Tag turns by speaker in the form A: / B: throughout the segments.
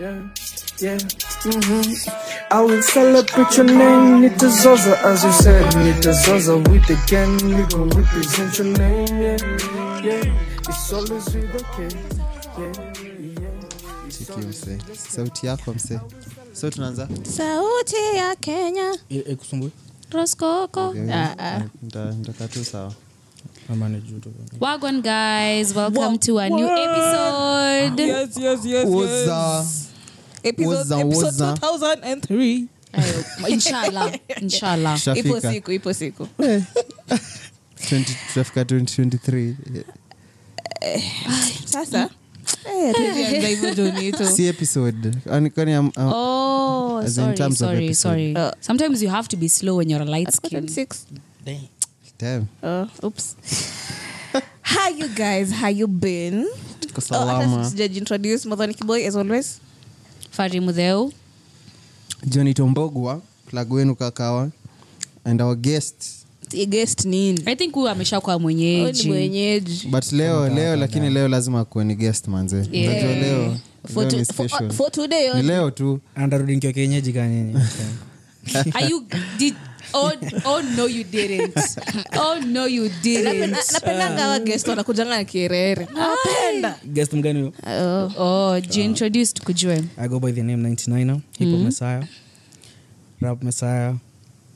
A: Yeah, yeah, mm-hmm. I will celebrate your name, Nita Zaza, as you said, Nita Zaza, with the gang, we gon' represent your name, yeah, yeah, it's always with the K, yeah, yeah, it's
B: cheki mse sauti yako mse so tunaanza
C: sauti ya kenya
D: ikusumbue
C: roscoco Ah, ah.
B: ntakaa Eh, tu sawa
D: amane juu tu.
C: wagwan guys welcome to a new episode
E: Yes, yes, yes,
B: Oza.
E: yes. Episode,
B: Oza,
E: episode
B: oza.
E: 2003.
C: Ayo, inshallah inshallah
E: Ipo
B: tushafika
E: siku, ipo siku.
B: 20 tutafika 2023 Eh,
E: Sasa. Eh, ready anza hivyo Jonito.
B: si episode Ani- kwani am- am-
C: oh
B: As in
C: sorry
B: terms of
C: sorry
B: episode.
C: sorry
E: Oh.
C: sometimes you have to be slow when you're a light
E: It's
C: skin
E: 26.
B: damn,
E: Oh, oops. How you guys? How you been?
B: tuko
E: Oh,
B: salama
E: hata sijaji introduce Mothaniki boy as always.
C: fari mudheu
B: joni tombogwa klagu wenu kakawa and our guest
E: The guest nini?
C: i think huyu ameshakuwa
E: Oh, ni
C: mwenyeji
E: mwenyeji.
B: but leo leo lakini leo lazima akuwe ni guest manze
C: Yeah.
B: unajua leo
E: For,
B: leo
E: to,
B: ni
E: for,
B: special.
E: for today
B: Ni
E: only.
B: leo tu
D: andarudi Ah, nikiwa kienyeji kanyinyi
C: are you did oh, oh no you didn't oh no you didn't
E: Na- napendanga wa guest wanakujanga na kierere napenda
D: guest mgani huyo
C: oh jiintroduce tukujue
D: i go by the name 99er hip
E: Mm-hmm.
D: hop messiah rap messiah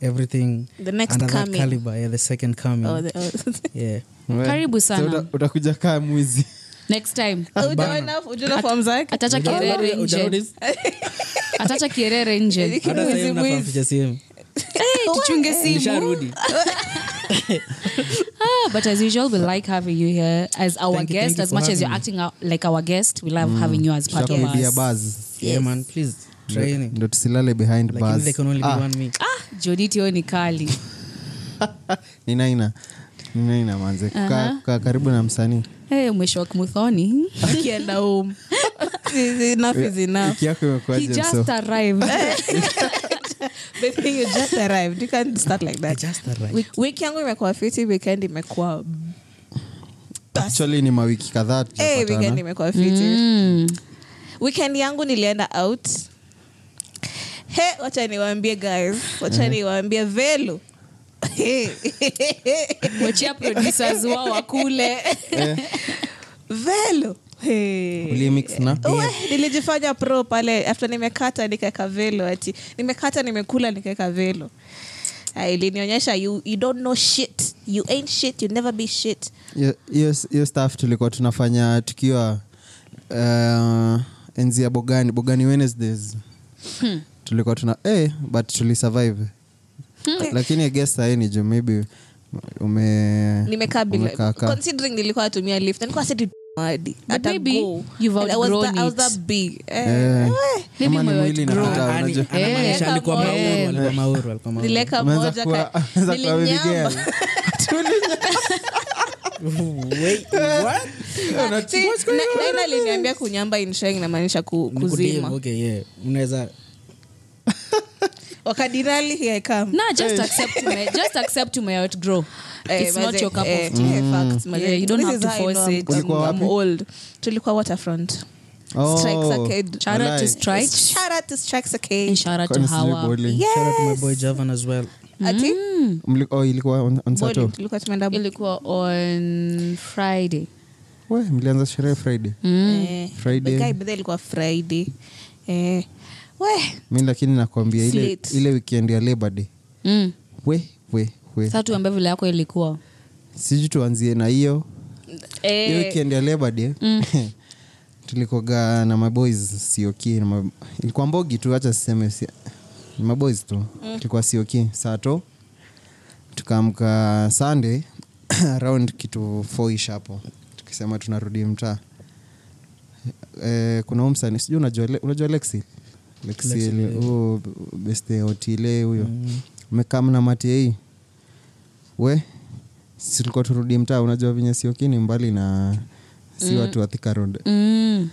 D: everything
E: The next
D: under that
E: coming.
D: caliber yeah the second coming
E: Oh, the- oh.
D: yeah
B: We-
C: Karibu
B: so
C: sana.
B: uta- utakuja kaa mwizi
C: next time
E: Ujaona- ujaona form zake
C: atacha kierere nje
D: Ujarolis?
C: atacha kierere nje
D: Hata sasa hivi nafaa
E: Mwizi.
D: kuficha simu.
C: tuchunge simu
D: Nisharudi.
C: Ah, but as usual we like having you here as our
D: Thank you,
C: guest
D: thank you Mm.
C: as
D: for
C: much as
D: having
C: you're
D: me.
C: acting out like our guest we love having you as part of
B: tutakuibia
C: us
B: buzz
D: Yeah, man please try any.
B: ndo tusilale behind
D: Lakini
B: bars.
D: there can only be
B: Ah,
D: one me
C: ah jonitio ni kali
B: ni naina ni naina manze kukaa kukaa karibu na msanii
C: hey, umeshok muthoni
E: akienda home
C: um,
E: Is enough is enough
B: wiki yako
C: he
B: imekuaje
C: just
B: mso
C: arrived
E: the thing you just arrived you can't start like that
D: just arrived.
E: Wiki- wiki yangu imekuwa fiti weekend imekuwa
B: actually ni mawiki kadhaa
E: hey, weekend
B: tujapatana
E: imekuwa fiti
C: mm.
E: weekend yangu nilienda out he wacha niwaambie guys wacha
D: Mm-hmm.
E: niwaambie velu Hey.
C: wachia producers wao wakule
E: velo Hey.
B: Ulimix na?
E: Uwe, nilijifanya pro pale after nimekata nikaweka velo ati nimekata nimekula nikaweka velo Ah, ilinionyesha you, you don't know shit you ain't shit you never be shit
B: Hiyo- hiyo hiyo staff tulikuwa tunafanya tukiwa uh, enzi ya bogani bogani wednesdays tulikuwa tuna eh, but tulisurvive lakini I guess sahii ni juu maybe ume
E: nimekaa bila
B: umekaa kaa.
E: considering nilikuwa natumia lift nilikuwa seti hadi
C: But
E: hata
C: maybe
E: go.
C: you've
E: And I was
C: outgrown
E: that- I was
C: it.
E: that big eh,
B: Eh,
C: Maybe
B: ama ni
C: umewa-
B: mwili
D: Ah,
B: inapita,
D: ani-
B: unajua.
D: anamaanisha
E: Eh,
D: alikuwa
E: kama-
D: mauru,
C: eh.
D: alikuwa mauru, alikuwa mauru.
E: nileka
B: Unaweza
E: moja
B: kuwa-
E: ka-
B: unaweza kuwa baby
E: nilinyamba
B: girl.
D: Wait, what?
E: See, na- naina aliniambia kunyamba insheng namaanisha ku,
D: Ni
E: kuzima
D: kudem, okay, yeah. Unaweza-
E: wakadinali here I come
C: nah, just accept me just accept me outgrow
E: Eh,
C: it's not
E: maze-
C: your cup
E: eh,
C: of tea
E: eh, facts, maze.
C: Yeah, you don't
E: This
C: have
E: is
C: to
E: how I
C: force
E: know I'm-
C: it.
B: Ulikuwa
E: I'm
B: Mm. wapi?
E: old. tulikuwa waterfront
B: Oh,
E: Strikes Arcade.
C: shout out to
B: walai.
C: strike
E: Shout out to Strikes
C: and
E: Arcade.
C: shout out to
B: Kwani sijui
C: hawa
B: bowling.
D: Shout out to my boy Javan as well.
E: Ati?
B: Mli- oh, ilikuwa on- on
E: Bowling.
B: Saturday.
E: Tulikuwa tumeenda bo-
C: Mm. ilikuwa on friday
B: We, mlianza sherehe friday
D: Mm.
E: Eh,
B: Mm. Friday.
E: the guy birthday ilikuwa friday Eh, we
B: mi lakini nakwambia ile,
E: Slate.
B: ile weekend ya labor day
C: mm.
B: we we we
C: sasa tuambie vile yako ilikuwa
B: sijui tuanzie na hiyo hiyo
E: Eh,
B: weekend ya labor day tulikoga na maboys sioki na ma- ilikuwa mbogi tu hacha siseme si- ni maboys tu tulikuwa sioki sato tukaamka sunday around kitu foish hapo tukisema tunarudi mtaa eh, kuna huyu msanii sijui unajua Le- unajua lexi lexi huyo beste otile huyo umekaa mna mati hii we si tulikuwa turudi mtaa unajua venye siokini mbali na si watu wa Thika Road.
C: mm.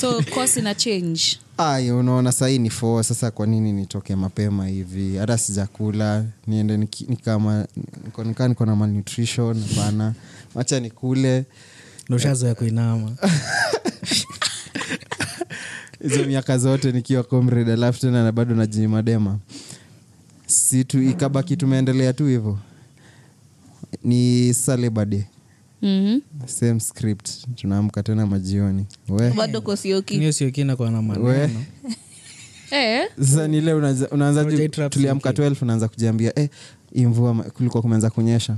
C: so course ina change
B: Ay, unaona sahii ni four sasa kwa nini nitoke mapema hivi hata sijakula niende niki- nikama niko- nikaa niko na malnutrition hapana wacha nikule
D: Ndo ushazoea kuinama
B: hizo miaka zote nikiwa comrade alafu tena na bado najimadema si tu ikabaki tumeendelea tu hivyo ni salebade
C: Mhm.
B: same script tunaamka tena majioni we
E: bado kosioki
D: hiyo sio kina kwa na
B: we
D: maneno
C: Eh,
B: sasa ni ile unaanza- unaanza ju-
D: Project Raps
B: tuliamka
D: UK.
B: 12 unaanza kujiambia eh, hii mvua ma- kulikuwa kumeanza kunyesha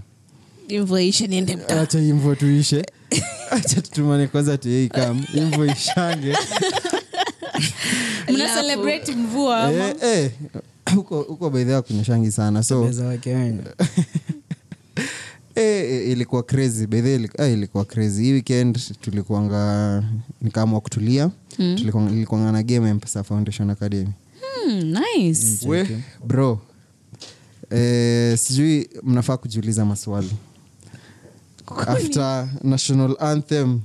E: imvoishe niende mtaa
B: acha hii mvua tuishe acha tutumane kwanza tiikam hii mvua ishange
C: mna celebrate mvua ama?
B: Eh, eh, huko huko baidhea kunyeshangi sana so
D: pesa wa Kenya.
B: Eh, eh, ilikuwa crazy bedhe ilikuwa, eh, ilikuwa crazy hii weekend tulikuanga nikaamua kutulia mm. ilikuanga na game ya mpesa foundation academy
C: Hmm, nice
B: we bro eh, sijui mnafaa kujiuliza maswali after national anthem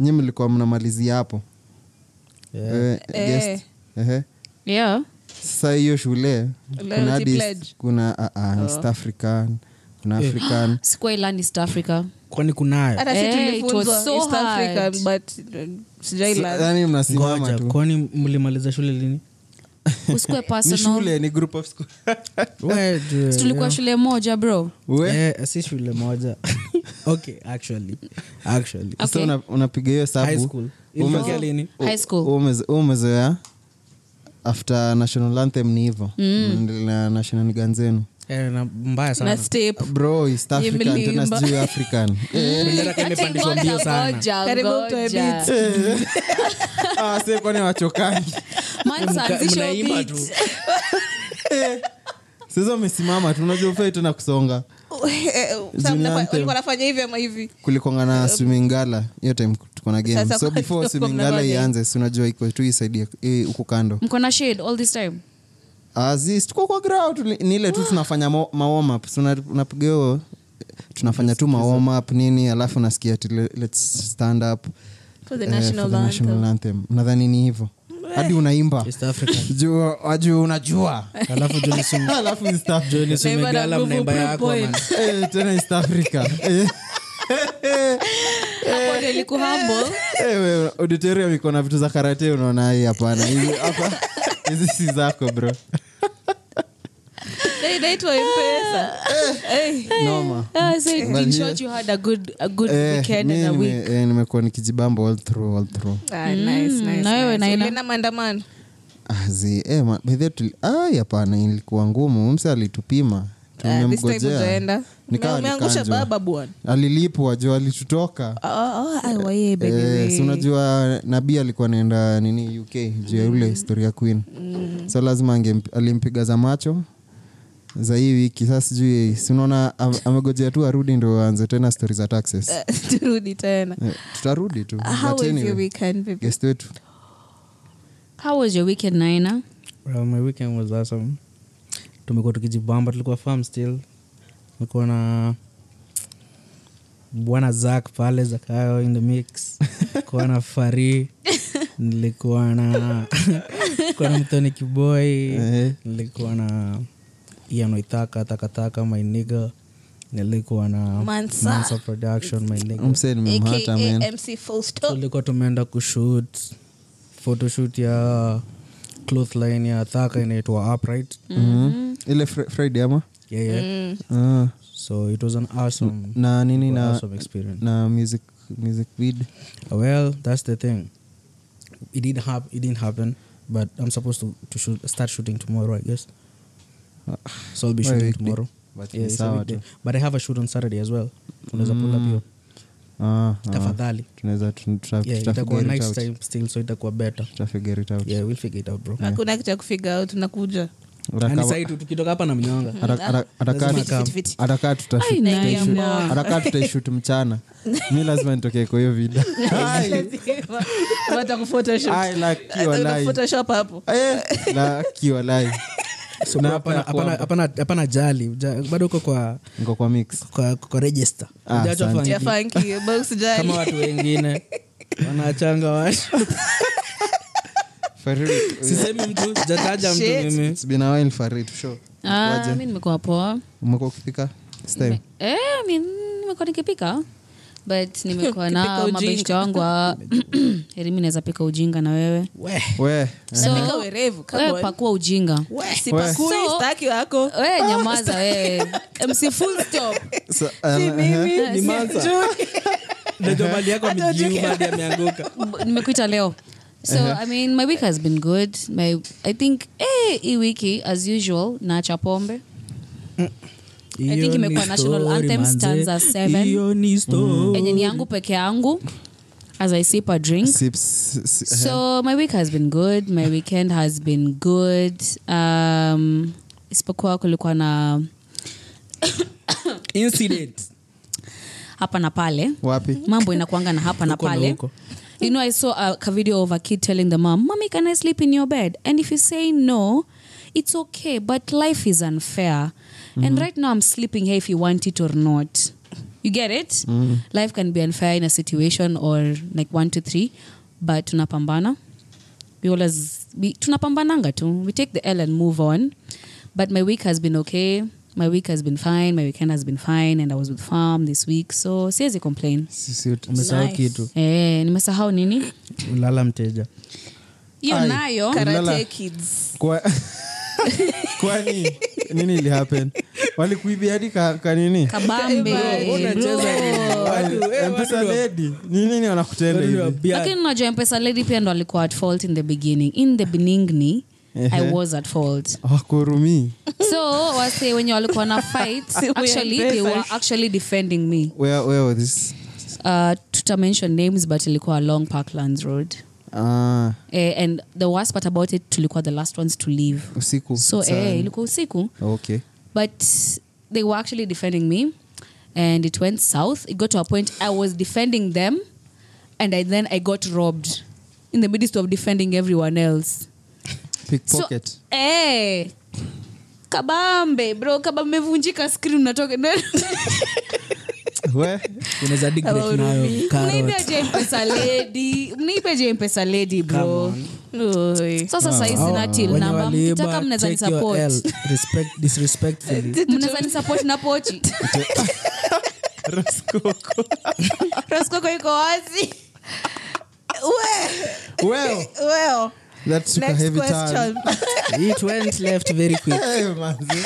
B: nyi mlikuwa mnamalizia hapo
D: Yeah.
B: Eh, guest.
E: Eh.
B: Ehe.
C: yeah
B: sasa hiyo shule kuna
E: Loyalty
B: hadi-
E: pledge.
B: kuna ah, ah, East african kuna
D: Eh.
B: african
C: sikuailani east africa
D: kwani kunayo
E: hata si
C: Eh, it was
E: tulifunzwa
C: so
E: East
C: hard.
E: African, but, um, sijaila-
B: yani mnasimama
D: ngoja
B: tu
D: kwani mlimaliza shule lini
C: usikue
B: ni
C: personal
B: shule ni group of school
D: We,
C: Si tulikuwa shule moja bro
B: we
D: Eh, si shule moja okay actually actually
B: sasa
C: Okay.
B: una- unapiga hiyo
D: high
B: sabu
D: school
B: ume-
D: Ilifikia lini
C: high school
D: oh,
B: u- umeze- umezoea after national anthem ni hivo na shenanigan zenu
D: Eh, na mbaya
E: na
D: sana
E: step
B: bro east african tena
E: mlimba.
B: sijui african Eh,
D: bendera kama imepandishwa mbio sana
E: Karibu utoe beats.
B: ah, se kwani wachokangi
D: Mka- mnaimba tu
B: sasa umesimama tu unajua ufai tena kusonga
E: Eh, Sasa
B: Junior
E: mnafanya-
B: anthem.
E: walikuwa wanafanya hivi ama hivi
B: kulikongana na swimming gala hiyo time tuko na game
E: Sasa
B: so
E: kwa-
B: before
E: kwa-
B: swimming
E: mnafanya
B: gala
E: game.
B: ianze si unajua iko tu isaidie huku kando
C: mkona shade all this time
B: Aziz, tuko kwa ground tuli- ni
E: Ah.
B: ile tu tunafanya ma- ma warm up. So, una- unapiga hiyo tunafanya tu ma warm up nini alafu nasikia ati le- let's stand up
E: For the
B: eh, for
E: national Eh.
B: the national anthem. nadhani ni hivyo hadi unaimba
D: east africa
B: Juu- wajuu unajua
D: alafu joni
B: alafu East Af-
D: joni
E: Naimba na
D: sumegala
E: nguvu
D: mnaimba
E: pro
D: yako
E: point.
D: man.
B: Eh, tena east africa Eh,
C: Hapo ndio ilikuhumble.
B: eh, wewe, auditorium iko na vitu za karate unaona hii hapana hizi hapa hizi si zako bro
E: Na inaitwa mpesa Eh,
B: noma
C: Ah, so it
B: But
C: ensured you had a good- a good
B: Eh,
C: weekend
B: mi
C: and a
B: nime-
C: week.
B: eh, nimekuwa nikijibamba all through all through
E: ah, nice, nice,
C: na wewe, Mm,
E: nice.
C: Naina?
E: Ulienda maandamano
B: Ah, eh, bedhai hapana ilikuwa ngumu mse alitupima
E: Ah, this time
B: tumemgojea
E: utaenda
B: Nikawa
E: umeangusha
B: nikanjwa.
E: baba bwana
B: alilipwa jo
C: Oh,
B: alitutoka Eh, si unajua nabii alikuwa naenda nini uk juu ya ule historia queen
E: Mm.
B: so lazima angemp- alimpiga za macho za hii wiki saa sijui si unaona am- amegojea tu arudi ndo aanze tena stori za taxes
E: turudi tena
B: Eh, tutarudi tu
E: Eh. How
B: Eh. But
E: was
B: anyway,
E: your weekend, baby?
B: guest wetu
C: How was your weekend, Naina?
D: Well, my weekend was awesome tumekuwa tukijibamba tulikuwa farm still tulikuwa na bwana zak pale zakayo in the mix kuwa na fari nilikuwa na kuwa na mtoni kiboi
B: Eh.
D: nilikuwa na ianoitaka takataka mainiga nilikuwa na
E: Mansa.
D: Mansa production
E: Eh,
D: mainiga
B: mse nimemhata Mm, man
E: aka mc full stop
D: tulikuwa tumeenda kushoot photoshoot ya cloth line ya thaka inaitwa upright
B: Mhm. ile Fri- friday ama
D: yeah, yeah.
B: Ah,
D: so it was an awesome
B: na nini na,
D: awesome experience
B: na music music vid
D: well that's the thing it didn't hap- it didn't happen but i'm supposed to, to shoot, start shooting tomorrow i guess
B: Ah,
D: so i'll be
B: Why
D: shooting
B: weekday?
D: tomorrow
B: But
D: yeah,
B: ni
D: it's a
B: sawa
D: weekday.
B: tu.
D: but i have a shoot on saturday as well unaweza pull
B: Mm,
D: up hiyo
B: Ah, ah.
D: tafadhali
B: tunaweza tu- tuta-
D: yeah
B: tuta
D: itakuwa
B: figure it
D: nice
B: out.
D: time still so itakuwa better
B: Tuta figure it out.
D: yeah we'll figure it out bro
E: hakuna kitu ya kufiga out unakuja
B: Hata
D: Yaani
B: kama-
D: sahi tu tukitoka hapa na mnyonga
B: hata-
E: Ah,
B: hata- hata kaa-
D: Lazima come.
E: fit.
B: hata kaa tuta-
C: Ai,
B: tuta-
C: naingia
B: shoot-
C: mwa.
B: hata kaa tutaishut mchana mi lazima nitokee kwa hiyo video Ai,
E: watakufotoshop
B: ai, laki walai.
E: hapo
B: Eh, laki walai.
D: So,
B: Na
D: bro,
B: hapa
D: hapana-
B: ya
D: hapana-
B: kwamba.
D: hapana- hapana jali uja- bado uko kwa
B: niko kwa mix
D: kwa, kwa register
B: Ah,
D: Hujaacha
B: asante.
D: funky.
E: ya funky, box jali.
D: kama watu wengine wanachanga watu
B: For real,
D: sisemi mtu jataja mtu
E: Shit.
D: mimi
B: it's been a while for it, sure.
C: Ah,
B: Waje.
C: mi nimekuwa poa.
B: umekuwa ukipika This time?
C: Eh, mi- nimekuwa nikipika but nimekuwa
E: Kupika
C: na
E: ujinga.
C: mabeshte wangu wa- erimi naweza pika ujinga na wewe
D: We.
B: we
C: So,
E: Pika werevu, come
C: wewe
E: on.
C: pakua ujinga
E: sipakui
C: So-
E: staki wako
C: we nyamaza wewe msi full stop
B: so, um, uh-huh.
D: Ndio mali yako amejiuma hadi ameanguka
C: B- nimekuita leo so
E: Uh-huh.
C: i mean my week has been good my, i think eh, hii wiki as usual naacha pombe think
D: Hiyo ni
C: imekuwa national
D: story,
C: anthem,
D: manze.
C: stanza seven.
D: Hiyo ni story.
C: enye ni yangu peke yangu as i sip a drink
B: Sips, si-
C: so my week has been good my weekend has been good um, isipokuwa kulikuwa na
D: Incident.
C: hapa na pale
B: wapi
C: mambo inakuanga na hapa na
D: Huko na
C: pale
D: huko.
C: you know i saw a, a video of a kid telling the mom mommy can i sleep in your bed and if you say no it's okay but life is unfair
D: Mm-hmm.
C: and right now i'm sleeping here if you want it or not you get it
D: Mm.
C: life can be unfair in a situation or like one to three but tunapambana we always we, tunapambananga tu we take the l and move on but my week has been okay my week has been fine my weekend has been fine and i was with farm this week so siwezi complain
B: Si- si-
D: umesahau
E: Nice.
D: kitu
C: Eh, nimesahau nini
D: ulala mteja
C: hiyo
B: Ai.
C: nayo
B: Ka-
E: karate
B: Mlala.
E: kids
B: Kwa- kwani nini ilihappen walikuibia hadi ka- kanini
C: kabambe
D: Mbona cheza hivi? Watu- eh, watu
B: mpesa
D: ni wa-
B: ledi ni nini wanakutenda
D: watu ni
B: hivi
D: wabia.
C: lakini unajua mpesa lady pia ndo alikuwa at fault in the beginning in the beningni i
B: Ehe.
C: was at fault
B: Ah, wakurumii
C: so wase wenye walikuwa na fight
E: Si we
C: actually they
E: M-Pesa.
C: were actually defending me
B: where, where was this
C: uh, tuta mention names but ilikuwa along parklands road
B: ah,
C: eh, and the worst part about it tulikuwa the last ones to leave
B: usiku
C: so
B: Sana.
C: eh, ilikuwa usiku
B: okay
C: but they were actually defending me and it went south it got to a point i was defending them and I, then i got robbed in the midst of defending everyone else
B: pickpocket
C: so eh, kabambe bro kabambe vunjika screen natoka
B: we
D: unaweza dig
C: Oh,
D: break nayo carrot.
C: mnipe je mpesa lady mnipe je mpesa lady bro
E: Oi.
C: sasa saizi
D: Hao
C: na till
D: wenye
C: namba
D: waliiba,
C: mkitaka mnaweza
D: take your L.
C: nisupport
D: Respect- disrespectfully.
C: mnaweza nisupport na pochi
E: raskoko yuko wazi We-
B: well
E: weo
B: that took a
E: next
B: heavy
E: question
B: time
D: It went left very quick.
B: hey, manzi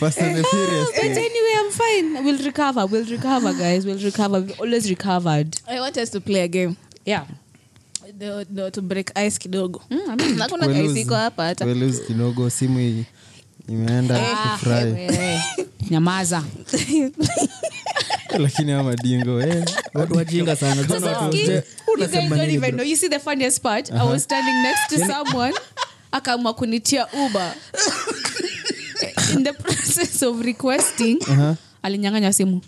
B: fast and the
E: Eh,
B: furious
C: But anyway, I'm fine. We'll recover. We'll recover, guys. We'll recover. We've always recovered.
E: i want us to play a game
C: Yeah.
E: the, the, to break ice kidogo
C: Mm, I
E: hakuna
B: We
E: ice
B: lose-
E: iko hapa hata Ah,
B: we lose kidogo simu i- imeenda
E: eh,
B: kufurahi
C: nyamaza
B: lakini hawa madingo eh.
D: Watu wajinga sana. Tuna watu waje-
C: you guys
D: unasema
C: don't
D: nini
C: even
D: bro?
C: know you see the funniest part i was standing next to someone akaamua kunitia uber in the process of requesting alinyang'anya simu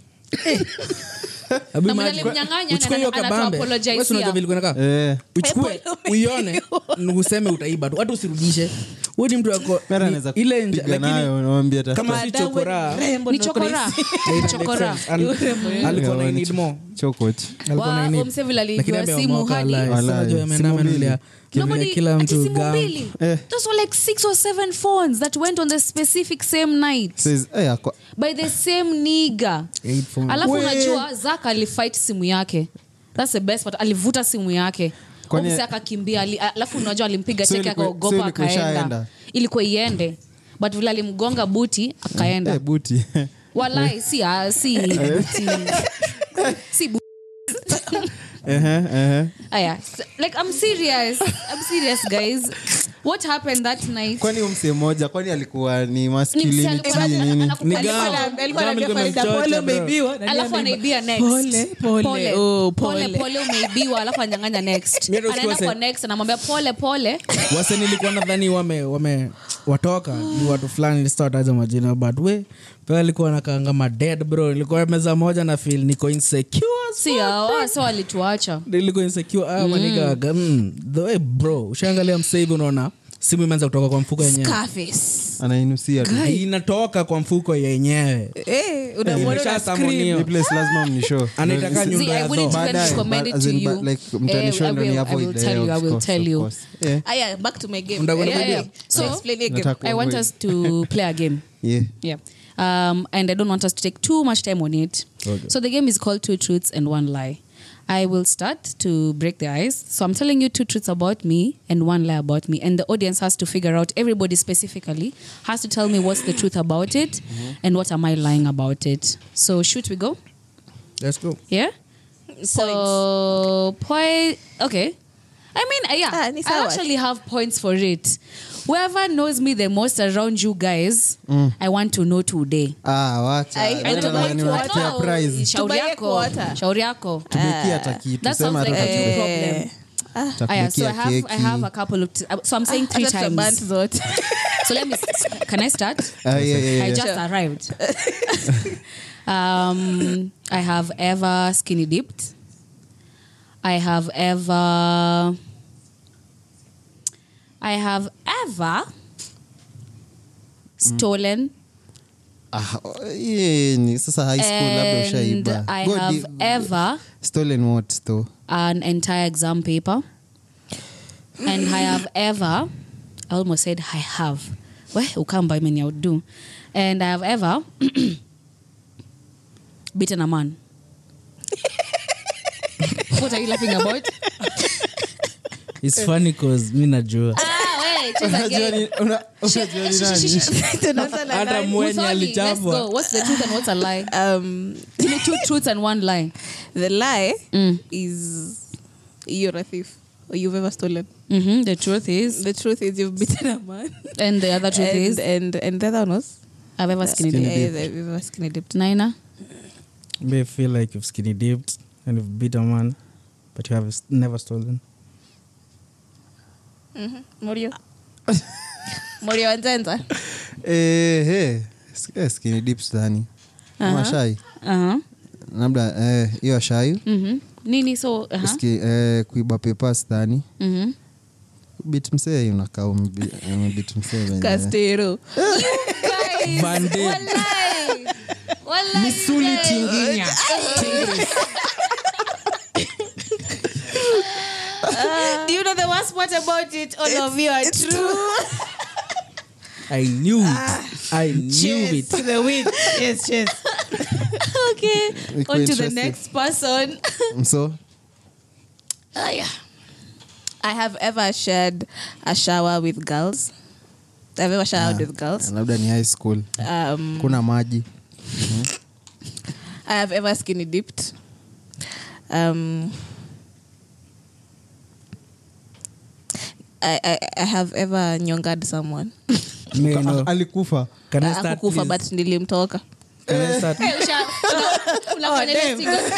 D: Abi
C: Na mwenye
D: maji-
C: alimnyang'anya
D: uchukue hiyo
C: ana- anatoa
D: kabambe.
C: apologizia.
D: Wewe si unajua vile ilikuwa inakaa?
B: Eh.
D: uchukue uione ni useme utaiba tu watu usirudishe huyu ni mtu wako
B: Mara
D: ni-
B: anaweza
D: ile nja-
B: kupiga
D: lakini
B: nayo nawambia ta-
D: kama si chokoraa
C: ni chokora
D: Yeah,
C: Ni
D: it makes
C: chokora
D: sense. Al- alikuwa na
B: Yeah,
D: need
B: ch-
D: more.
B: chokochi
D: Alikuwa na need.
C: omsevil
D: Lakini
C: aliigiwa
D: ameamua
C: simu
D: kuwa
C: hadi
D: alive.
B: Alive.
D: Sasa najua amenuna
B: Simu mbili.
D: amenunulia. Kimya
C: Nobody-
D: kila
C: ati
D: mtu
C: simu
D: gam.
C: mbili.
B: Eh.
C: Those were like six or seven phones that went on the specific same night
B: Says, eh, ako-
C: by the same niga
D: Eight phone.
C: alafu
B: We.
C: unajua zak alifight simu yake thats the best part alivuta simu yake
B: Kwani-
C: Obviously akakimbia ali- alafu unajua alimpiga
B: So
C: teke
B: ilikuwa-
C: akaogopa
B: so ilikuwa
C: akaenda
B: ishaenda.
C: ilikuwa iende but vile alimgonga buti akaenda
B: eh, buti
C: walai si ah, si buti si bu-
B: Ehe, ehe.
C: aya Ah, s- like i'm serious i'm serious guys what happened that night
B: kwani umsee moja kwani alikuwa ni
C: Ni msee
B: masculinity
C: alikuwa ana-
B: nini
C: anakupa-
D: Ni
C: alikuwa
D: gamu.
C: ana-
E: alikuwa
D: Gamu
E: anaambia
D: ilikuwa
E: Farida,
D: imemchocha,
E: pole
D: bro.
E: umeibiwa na
C: alafu
E: nani
C: anaibia
E: Pole, pole, oh, pole.
C: next. Pole, pole, umeibiwa alafu anyang'anya next
D: Mimi ndio
C: anaenda
D: sikuwa
C: kwa
D: se-
C: next anamwambia pole pole
D: wase nilikuwa nadhani wame, wame watoka ni watu fulani nistawataja majina but we pea alikuwa nakaanga madead bro ilikuwa meza moja na fil niko insecure
C: si hawa, oh, so alituacha
D: nilikuwa insecure ah, manigaga mm. the way bro ushaangalia msee hivi unaona simu imeanza kutoka kwa mfuko yenyewe
E: Scarface.
B: anainusia tu.
D: inatoka kwa mfuko yenyewe
E: Eh, unamwona na screen.
B: Ni
D: Imeshasamoniwa.
B: place lazima mnishow
D: Anaitaka
C: See, I
D: nyumba
C: wouldn't
D: yazo.
C: even
B: Baadaye,
C: recommend it
B: as
C: to
B: in,
C: you.
B: but, like,
C: Eh,
B: mtanishow
C: I
B: ndio
C: will-
B: ni
C: I
B: avoid
C: will
B: the-
C: tell you, I
B: of
C: will
B: course,
C: tell
B: of
C: you.
B: course. Eh,
E: Aya, back to my game.
D: Mnataka
E: Yeah,
D: kuambia?
E: yeah. So explain your game.
B: nataka
C: i want
B: kuavoid.
C: us to play a game
B: Yeah.
C: yeah um, and I don't want us to take too much time on it. Okay. So the game is called Two Truths and One Lie. I will start to break the ice. So I'm telling you two truths about me and one lie about me. And the audience has to figure out, everybody specifically, has to tell me what's the truth about it and what am I lying about it. So shoot, we go.
D: Let's go.
C: Yeah? So, point. Okay. I mean, uh, yeah.
E: Ah, ni
C: I
E: sawa.
C: actually have points for it. Whoever knows me the most around you guys, I want to know today.
B: Ah, wacha.
E: Ai, I
B: Wacha
E: don't
B: na
E: want to-
B: niwatia
E: I don't-
B: prize.
C: Shauri
E: Tubaye
C: yako.
E: kuota.
C: Shauri yako. Eh,
B: Tubekie hata kitu,
C: Ah, That
B: sema
C: sounds like
B: hata
C: a
B: kitu.
C: you problem. Aya, so I
B: Tutakuwekea
C: have, I
B: keki.
C: have a couple of. T- uh, so I'm saying three
E: Hata tutabant
C: times.
E: zote
C: So let me. s- Can I start?
B: Ah, yeah, yeah,
C: I
B: yeah.
C: just arrived. um, I have ever skinny dipped. I have ever. I have ever stolen
B: Ah, hii ni sasa high school labda
C: and
B: ushaiba
C: I
B: God,
C: have
B: di-
C: ever
B: stolen what though
C: an entire exam paper. And I have ever, I almost said I have. Well, you can't buy me, I would do. And I have ever beaten a man. what are you laughing about?
D: It's funny 'cause mi najua
C: ah, wait, choose
B: Unajua
C: again.
B: ni- una- unajua ni nani?
E: Tunaanza na
D: hata
E: nani?
D: mwenye
C: Musoli, Let's go.
D: alichapwa
C: What's the truth and what's a lie?
E: Um,
C: Give me two truths and one lie.
E: the lie
C: Mm.
E: is you're a thief or you've ever stolen
C: hmm The truth is,
E: the truth is you've beaten a man
C: and the other truth
E: and,
C: is,
E: and and the other one was
C: I've ever skinny
E: Yeah,
C: dipped.
E: yeah, yeah, you've ever skinny dipped
C: Naina?
D: may feel like you've skinny dipped and you've beat a man but you have s- never stolen
E: Morio Morio Anzenza
B: Eh, eh, s- eh, skinny dips dhani mashai
C: Uh-huh.
B: labda eh, hiyo ashai
C: Mm-hmm. Nini, so, uh-huh.
B: Ski- eh, kuiba pepas dhani
C: Mm-hmm.
B: bit msee unakaa umbi- umebit msee mwenyewe.
E: Castero
D: Van Damme.
C: Misuli tinginya. Do you know the worst part about it? All of you are true.
D: i knew it i knew it
E: to the win yes yes
C: okay.
B: Iko
C: On to the
B: interesting.
C: next person.
B: so
E: Ah, yeah. I have ever shared a shower with girls I've ever showered with girls
B: Ah, labda ni high school
E: um
B: kuna maji
E: I have ever skinny dipped um I, I, I have ever nyongad someone.
D: May I know?
B: Eh, alikufa
D: can i start
E: Akukufa
D: please?
E: Ah, but nilimtoka.
D: can i start
C: Unafanya ile single-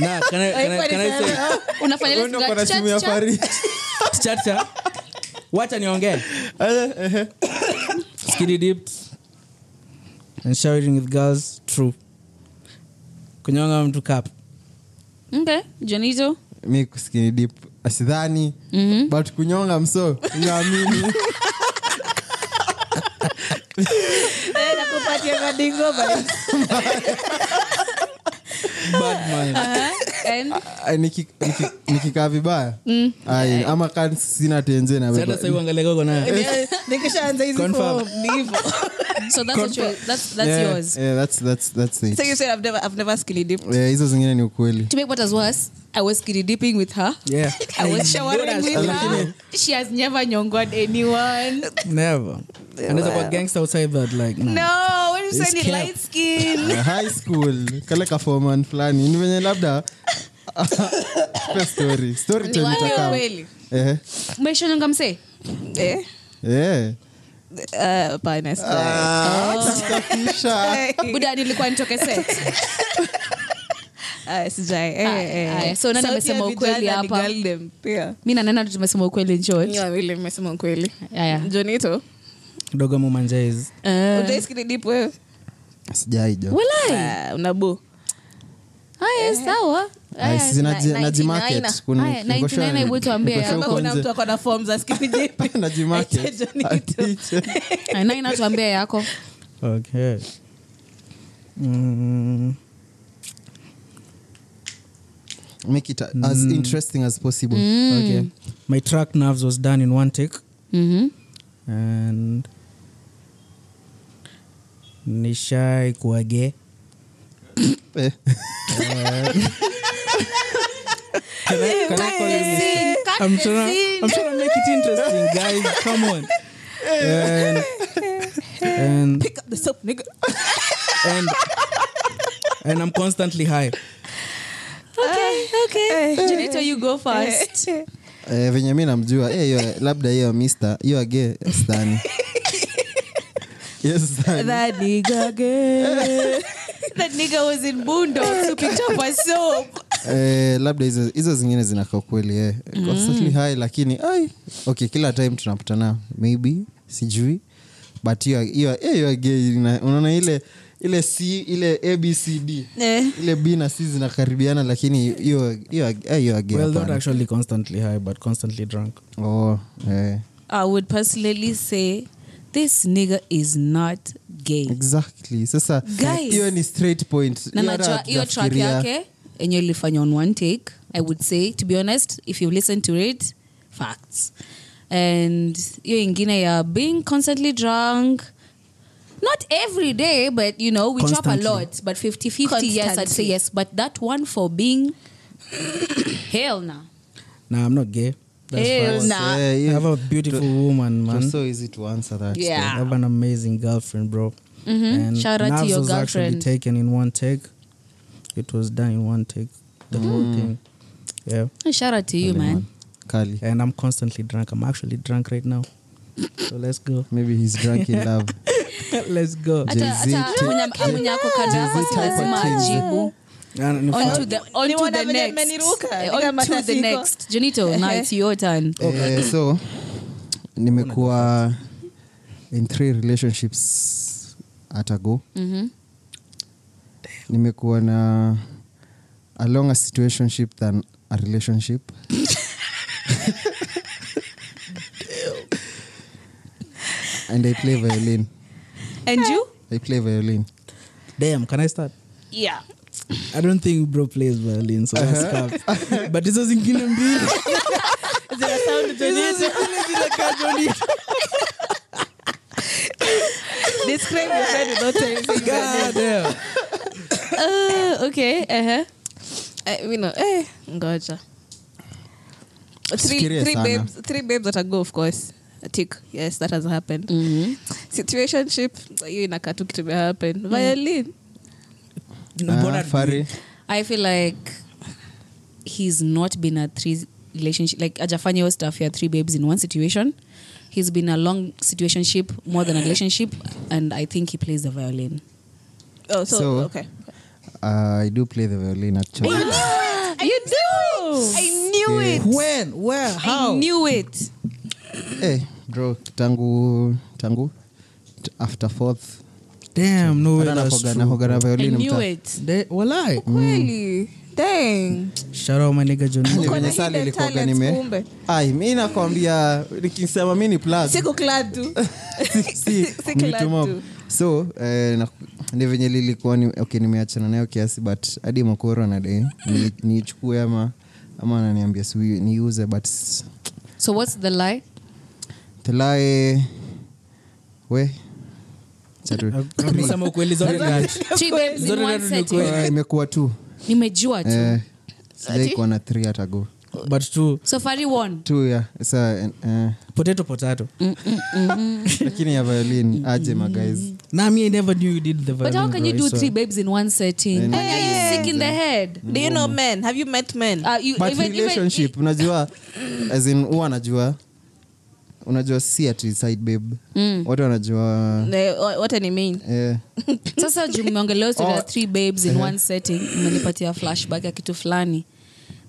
D: Nah, can I, can I, can I say
C: unafanya ile
B: Unaona kuna
C: single- chat,
B: timu ya
C: chat.
B: Paris.
D: chacha wacha niongee skinny dipped and showering with girls true kunyonga mtu cup
C: Okay, Jonito.
B: mi skinny dip asidhani
E: Mhm.
B: but kunyonga mso naamini
D: bad man
C: Uh-huh. And
B: Ah, niki- niki- nikikaa vibaya Ai, ama ka sina tenje na
D: Sasa sai uangalie uko nayo.
E: Nikishaanza hizi
D: Confirm.
E: form, ni hivyo.
C: so that's what you, that's that's
B: Yeah,
C: yours.
B: yeah, that's- that's- that's it.
E: So you said I've never, I've never skinny dipped.
B: Eh, hizo zingine ni ukweli
C: To make matters worse, I was skinny dipping with her.
D: Yeah.
C: I was showering with her. She has never nyongod anyone.
D: Never. Unaweza kuwa gangster outside that like nah.
E: No, when you
D: It's
E: said it
D: cap.
E: light skin.
B: Eh, high school kale ka foreman fulani ni venye labda Tupe story. Story
E: Ni
B: time
E: wale
B: itakaa.
E: kweli.
B: Eh,
C: Umeshanyonga msee?
E: Eh?
B: eh.
E: Uh, hapana, sijai.
B: Ah, tutafisha.
C: Buda nilikuwa nitoke sasa.
E: Ah, sijai. Eh, eh.
C: aya. So nani
E: Sauti ya
C: amesema
E: vijana
C: ukweli
E: ni
C: hapa?
E: girl them. Yeah.
C: Mimi na Nena tumesema ukweli in short.
E: Ni wawili mmesema ukweli.
C: Aya.
E: Jonito,
D: Dogo mumanjais.
C: Uh,
E: hujai skinny dip wewe?
B: Sijai jo.
C: Walai.
E: Ah, una boo.
C: Haya sawa.
B: Ai,
C: Aya.
B: si na ji-
E: na-
B: na ji
E: na-
B: market.
E: na-
B: Kuna-
C: aya, na
B: kungoshwa-
C: internet hebu tuambie
B: kungoshwa
C: hapa
B: huko
E: Kuna
B: nje.
E: mtu ako na form za skinny dip.
B: Na ji market.
E: Aite Jonito.
C: Ai, Na inatuambia yako.
D: Okay. Mm.
B: Make it as interesting as possible.
D: Okay. My track nerves was done
C: Mm-hmm.
D: in one take
C: Mhm.
D: and nishai kuage
B: Eh,
D: Can I- can I call him? I'm trying, I'm trying to make it interesting, guys. Come on. And, and,
E: Pick up the soap, nigga.
D: and, and I'm constantly high.
C: Okay,
E: Eh,
C: okay. Janita, you go first.
B: eh, venye mi namjua eh, hiyo- labda hiyo mista hiyo age stani Hiyo stani.
C: That nigga again. that nigga was in Boondocks who picked up a soap.
B: Eh, labda hizo hizo zingine zinakaa kweli eh.
C: Mm.
B: Constantly high lakini ai okay kila time tunapatana maybe sijui but hiyo hiyo eh, hiyo gay ina- unaona ile ile c ile abcd
C: Eh.
B: ile b na c zinakaribiana lakini hiyo hiyo eh, hiyo gay
D: Well, not
B: hapana.
D: actually constantly high, but constantly drunk.
B: oh eh.
C: I would personally say this nigga is not gay.
B: exactly sasa
C: Guys.
B: hiyo ni straight point
C: na
B: Hiyo hata
C: najua hiyo track
B: hatujafikiria.
C: yake enye ilifanywa on one take i would say to be honest if you listen to it facts and hiyo ingine ya being constantly drunk not every day but you know we chop a
D: Constantly.
C: lot but 50 50 yes i'd say
E: Constantly.
C: yes but that one for being hell nah
D: Nah, I'm not gay. That's
C: hell
D: fine.
C: nah
B: Eh,
D: I
B: hiyo-
D: have a beautiful woman,
B: it
D: man.
B: was so easy to answer that
C: Yeah. Mm-hmm.
D: I have an amazing girlfriend, bro. And
C: Shout out to
D: Navs
C: your
D: was actually
C: girlfriend.
D: taken in one take. It was done in one take. The whole
C: Mm.
D: thing. Yeah.
C: shout out to you man
B: kali
D: And I'm constantly drunk. I'm actually drunk right now. so let's go.
B: maybe he's drunk in love
D: let's go.
C: hata
B: Jay-Z,
C: hata mwenye- mwenye ako kando yako si lazima ajibu
D: And in
C: on
D: fact-
C: to Oh, the
E: Ni
C: on to the
E: wanavile
C: next
E: mmeniruka,
C: Eh,
E: nigga
C: on to the
E: matasiko.
C: next Junito now it's your turn
B: Eh, so nimekuwa in three relationships at a go
E: Mm-hmm.
C: Mhm.
B: nimekuwa na a longer situationship than a relationship and i play violin
C: and
E: Eh.
C: you
B: i play violin
D: Damn, can I start?
E: Yeah.
D: I don't think bro plays violin, so that's
C: Uh-huh.
D: cap. But this was in Guinea.
E: Zina sound Jonito. Describe your friend without telling me.
D: God damn.
C: uh, okay uh-huh.
E: Eh, we know. Eh, ngoja. Three,
B: Fikiria
E: three
B: sana.
E: babes, three babes that are go, of course. A tick. Yes, that has happened.
C: Mhm.
E: Situationship, hiyo inakaa tu kitu ime happen.
C: Mm.
E: Violin.
C: Uh,
B: Ah, Fari,
C: I feel like he's not been a three relationship like ajafanya hiyo stuff ya three babes in one situation he's been a long situationship more than a relationship and I think he plays the violin
E: Oh, so,
B: So-
E: okay.
B: uh, i do play the violin actually
C: you do Oh. I knew it
D: When? Where? How?
C: I knew it
B: Eh, bro tangu tangu t- after fourth
D: Damn, no way.
B: Hata
D: That's
B: nahoga-
D: true.
B: nahoga na
C: I
B: violin
C: knew
B: mta-
C: it
D: They, well, I.
B: Mm.
E: kweli dang
D: Shout out my nigga Johnny.
B: Ni
E: Uko na
B: venye
E: hidden
B: sali ilikuwaga
E: talents,
B: nime
E: kumbe.
B: ai mi nakwambia nikisema mi ni plug.
E: siko glad tu
B: Si-
E: si
B: ni
E: glad
B: vitu mob.
E: tu.
B: so eh, na- ni venye lilikuwa ni, okay, nimeachana nayo kiasi but hadi makoro anadai ni- niichukue ama ama ananiambia si niuze but s-
C: so what's the lie
B: telae we Chatu-
D: Amesema ukweli zote tatu.
C: three babes in one setting
B: Ah, imekuwa tu
C: nimejua tu
B: Eh, sijai kuwa na th atago
D: But two.
C: safari one
B: tu ya sa eh,
D: Potato, potato.
B: lakini ya violin aje magaiz
D: Nah, me, I never knew you did the violin.
C: But how can
D: bro,
C: you do
D: I swear.
C: three babes in one setting? Hey, are you sick in the head?
E: do you know men have you met men
C: Uh, you,
B: but
C: even,
B: relationship unajua as in huwa anajua unajua si ati side babe
C: Mm.
B: watu wanajua
E: Ne- wha- what any mean
B: eh,
C: Even, sasa juu mmeongelea
B: Oh.
C: hizo ya three babes in one setting imenipatia flashback ya kitu fulani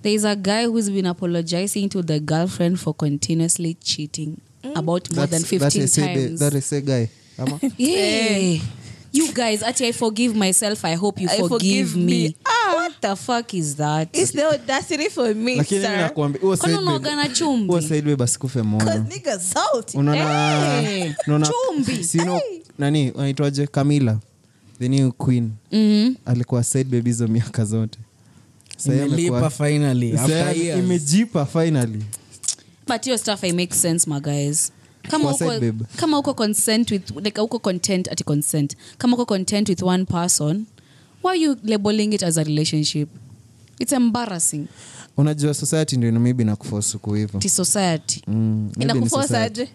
C: there is a guy who's been apologizing to the girlfriend for continuously cheating
E: Mm.
C: about more than
B: that's- that
C: 15
B: is a-
C: times
B: that is a guy ama
C: yeah. you guys ati i forgive myself i hope you
E: I
C: forgive,
E: forgive
C: me,
E: me. Ah.
C: what the fuck is that
E: it's the audacity for me
B: lakini mi
E: sir
B: nakuambia huo side
C: Kwani
B: babe-
C: unaoga na chumvi?
B: huo side babe asikufe
E: because
B: mono
E: niggas Eh, salty
B: unaona
C: Hey,
B: unaona-
C: chumvi.
B: si uno- nani unaitwaje kamila the new queen
E: Mm-hmm.
C: Mhm.
B: alikuwa side babe hizo miaka zote Sasa
D: Imelipa
B: amekuwa-
D: finally.
B: sasa
D: After years.
B: imejipa finally
C: but your stuff i make sense my guys kama
B: Kwa
C: uko,
B: side babe.
C: kama uko consent with like uko content at consent kama uko content with one person why are you labeling it as a relationship it's embarrassing
B: unajua society ndio maybe nakufosu kuhivo
C: to society
B: mm, maybe ni
E: inakufosa
B: society.
E: aje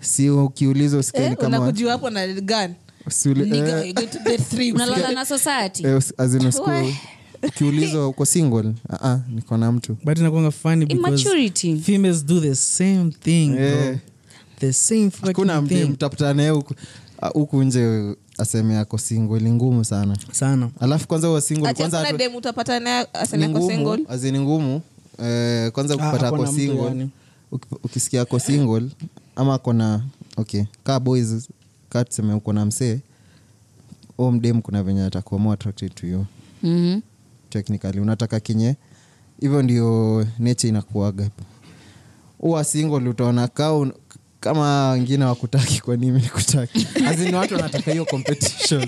B: si ukiulizwa usikie ni
E: Eh,
B: kama
E: unakujua hapo na gun
B: usiuli-
E: Nigga,
B: eh,
E: you're going to date three.
C: unalala na society
B: eh, usi- as in usiku-
E: Why?
B: ukiulizwa uko single ah, ah, niko na mtu
D: but inakuanga funny because
C: immaturity
D: females do the same thing
B: Yeah.
D: bro. the same
B: hakuna
D: fucking
B: mtu
D: thing
B: mtafuta naye huku- ah, huku nje aseme yako single ni ngumu sana
D: sana
B: alafu kwanza uwa single
E: Ati
B: kwanza
E: hakuna
B: hatu-
E: dem utapata naye
B: ni
E: aseme ako single
B: ngumu azi ni ngumu eh, kwanza
D: Ah,
B: kupata
D: ako
B: ako
D: na mtu yani.
B: single uki- ukisikia ako single ama ako na okay kaa boys kaa tuseme uko na msee o mdem kuna venye atakuwa more attracted to you
C: Mhm.
B: technically unataka kinye hivyo ndio neche inakuaga huwa single utaona ka un- kama wengine wakutaki kwa nini nikutaki azini watu wanataka hiyo competition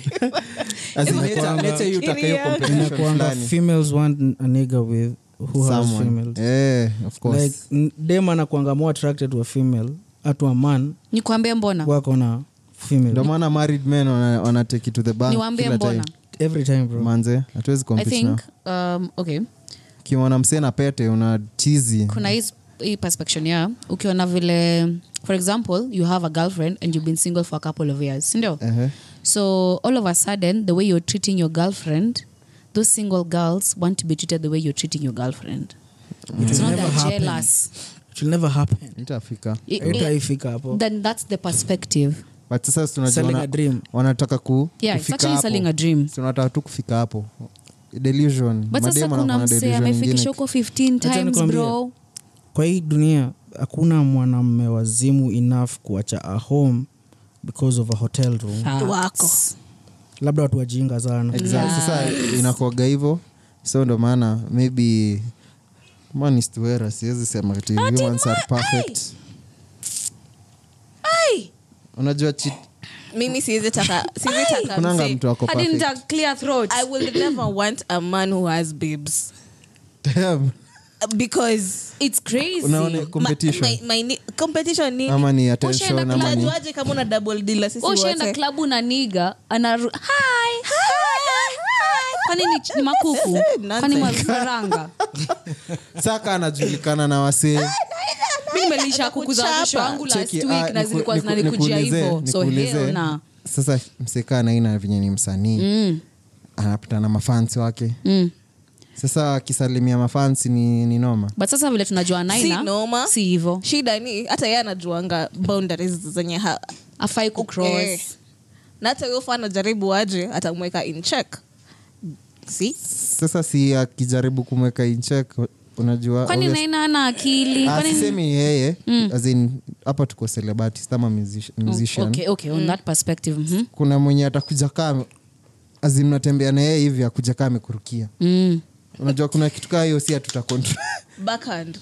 B: As in, nature- nature hiyo utaka hiyo competition
D: inakuanga
B: fulani.
D: females want a nigger with who has
B: Someone.
D: females
B: Eh, of course.
D: like n- dem anakuanga more attracted to a female atu a man
C: nikwambie mbona
D: wako na
B: Ndio
D: female
B: maana married men wana, wana take it to the bank
C: Niwaambie
B: kila
C: mbona.
B: time.
D: every time bro
B: manze hatuwezi
C: i
B: compete
C: think
B: nao.
C: um, okay
B: ukimwona msee na pete una chizi
C: kuna hii hii perspection ya ukiona vile for example you have a girlfriend and you've been single for a couple of years sindio
B: Ehe.
C: so all of a sudden the way you're treating your girlfriend those single girls want to be treated the way you're treating your girlfriend
B: Mm.
C: it's not that jealous
D: it will never happen
B: itafika
C: It- it-
D: itaifika hapo
C: then that's the perspective
B: but sasa si tunajua
D: Selling
B: wana-
D: a dream.
B: wanataka ku
C: Yeah, it's
B: kufika
C: actually
B: hapo.
C: selling a dream.
B: Si wanataka tu kufika hapo delusion
C: but sasa
B: Mademu
C: kuna
B: wanakuwa na
C: msee
B: delusion
C: amefikisha
B: ingine.
C: huko 15
D: Acha
C: times
D: nikwambie.
C: bro
D: kwa hii dunia hakuna mwanamme wazimu enough kuacha a home because of a hotel room
B: Ah.
C: Facts.
E: Wako.
D: labda watu wajinga sana
B: Exactly. sasa inakuaga hivo so ndo maana maybe man is to error, siwezi sema ati humans are perfect
C: Ai!
B: unajua cheat-
E: mimi siwezi taka siwezi taka
B: kunanga
E: msee.
B: mtu ako
C: Hadi
B: perfect.
C: nita clear throat
E: i will never want a man who has babes
B: Damn.
E: because
C: it's crazy
B: unaona competition
E: my, my, my, ni- competition ni
B: ama ni
C: Ushaenda
B: attention ama ni
E: tajuaje kama una double deal na sisi
C: ushaenda
E: wote
C: klabu na niga anaru hi kwani ni, ni makuku
E: Nonsense.
C: kwani mafaranga
B: saka anajulikana na wasee
C: mi nimelisha kuku za mwisho wangu last
B: Cheki,
C: week
B: ah,
C: na
B: niku-
C: zilikuwa
B: niku-
C: zinanikujia
B: nikuulize-
C: hivo so
B: nikuulize.
C: hell na
B: sasa msekaa naina venye ni msanii
C: mm,
B: anapita na mafansi wake
C: mm.
B: sasa akisalimia mafansi ni, ni noma
C: but sasa vile tunajua
E: Si
C: naina
E: noma.
C: si hivo
E: shida ni hata yeye anajuanga boundaries zenye ha-
C: afai
E: Eh.
C: kucross
E: na hata yofa anajaribu aje atamweka in check si
B: sasa si akijaribu kumweka inchek unajua
C: kwani
B: obvious-
C: naina ana akili
B: Ah,
C: kwani Mm.
B: sisemi yeye as in, hapa tuko celebrities ama music- musician
C: okay, okay,
E: Mm.
C: on that perspective mhm.
B: kuna mwenye atakuja kaa azin natembea na yeye hivi akuja kaa amekurukia
C: mm.
B: unajua kuna kitu kaa hiyo si hatuta control.
E: backhand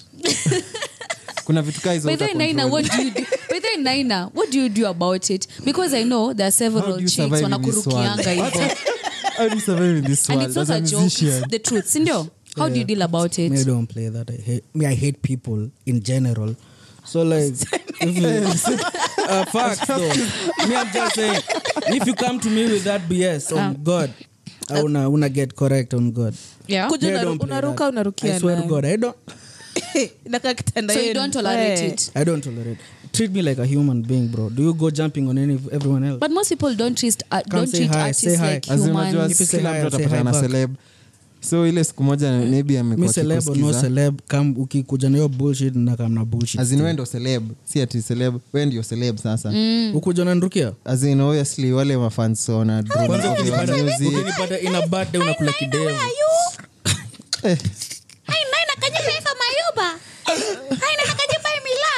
B: kuna vitu kaa hizo
C: By the way,
B: uta
C: Naina,
B: control.
C: what do you do? By the way, Naina, what do you do about it? Because I know there are
B: How
C: several
B: do you
C: chicks
B: survive in this world?
C: wanakurukianga hivo.
B: How do you survive in this
C: And
B: world
C: it's
B: as
C: not
B: a
C: a joke.
B: musician?
C: It's the truth, sindio? How do you deal about it?
D: me I don't play that I hate me I hate people in general so like if you, uh, facts though me I'm just saying if you come to me with that BS on God I una, una get correct on God
C: Yeah.
E: Kuja
D: Me, I
E: unaru-
D: don't play
E: unaruka,
D: that.
E: unarukia
D: I swear to
E: naye.
D: God I don't
E: nakaa kitanda
C: So you
E: yenu.
C: don't tolerate
E: Eh.
C: it.
D: I don't tolerate treat me like a human being bro do you go jumping on any everyone else
C: But most people don't treat uh, don't
D: say
C: treat
D: hi,
C: artists
D: say hi.
C: like
B: As in, unajua,
D: If you
C: humans.
D: say
B: kila
D: hi,
B: mtu
D: I'll say
B: atapata
D: hi
B: na
D: back.
B: celeb so ile siku moja maybe
D: mi
B: amekuwa
D: celeb or no
B: akikusikiza.
D: celeb kam ukikuja na hiyo bullshit na kam na bullshit
B: As in, wewe ndio celeb si ati celeb wewe ndio celeb sasa
C: Mm.
D: ukuja unanirukia
B: As in, obviously wale mafans wana drone
D: kwanza
B: of your
D: ukinipata
B: music.
D: ukinipata ina birthday unakula kidevu
B: Eh,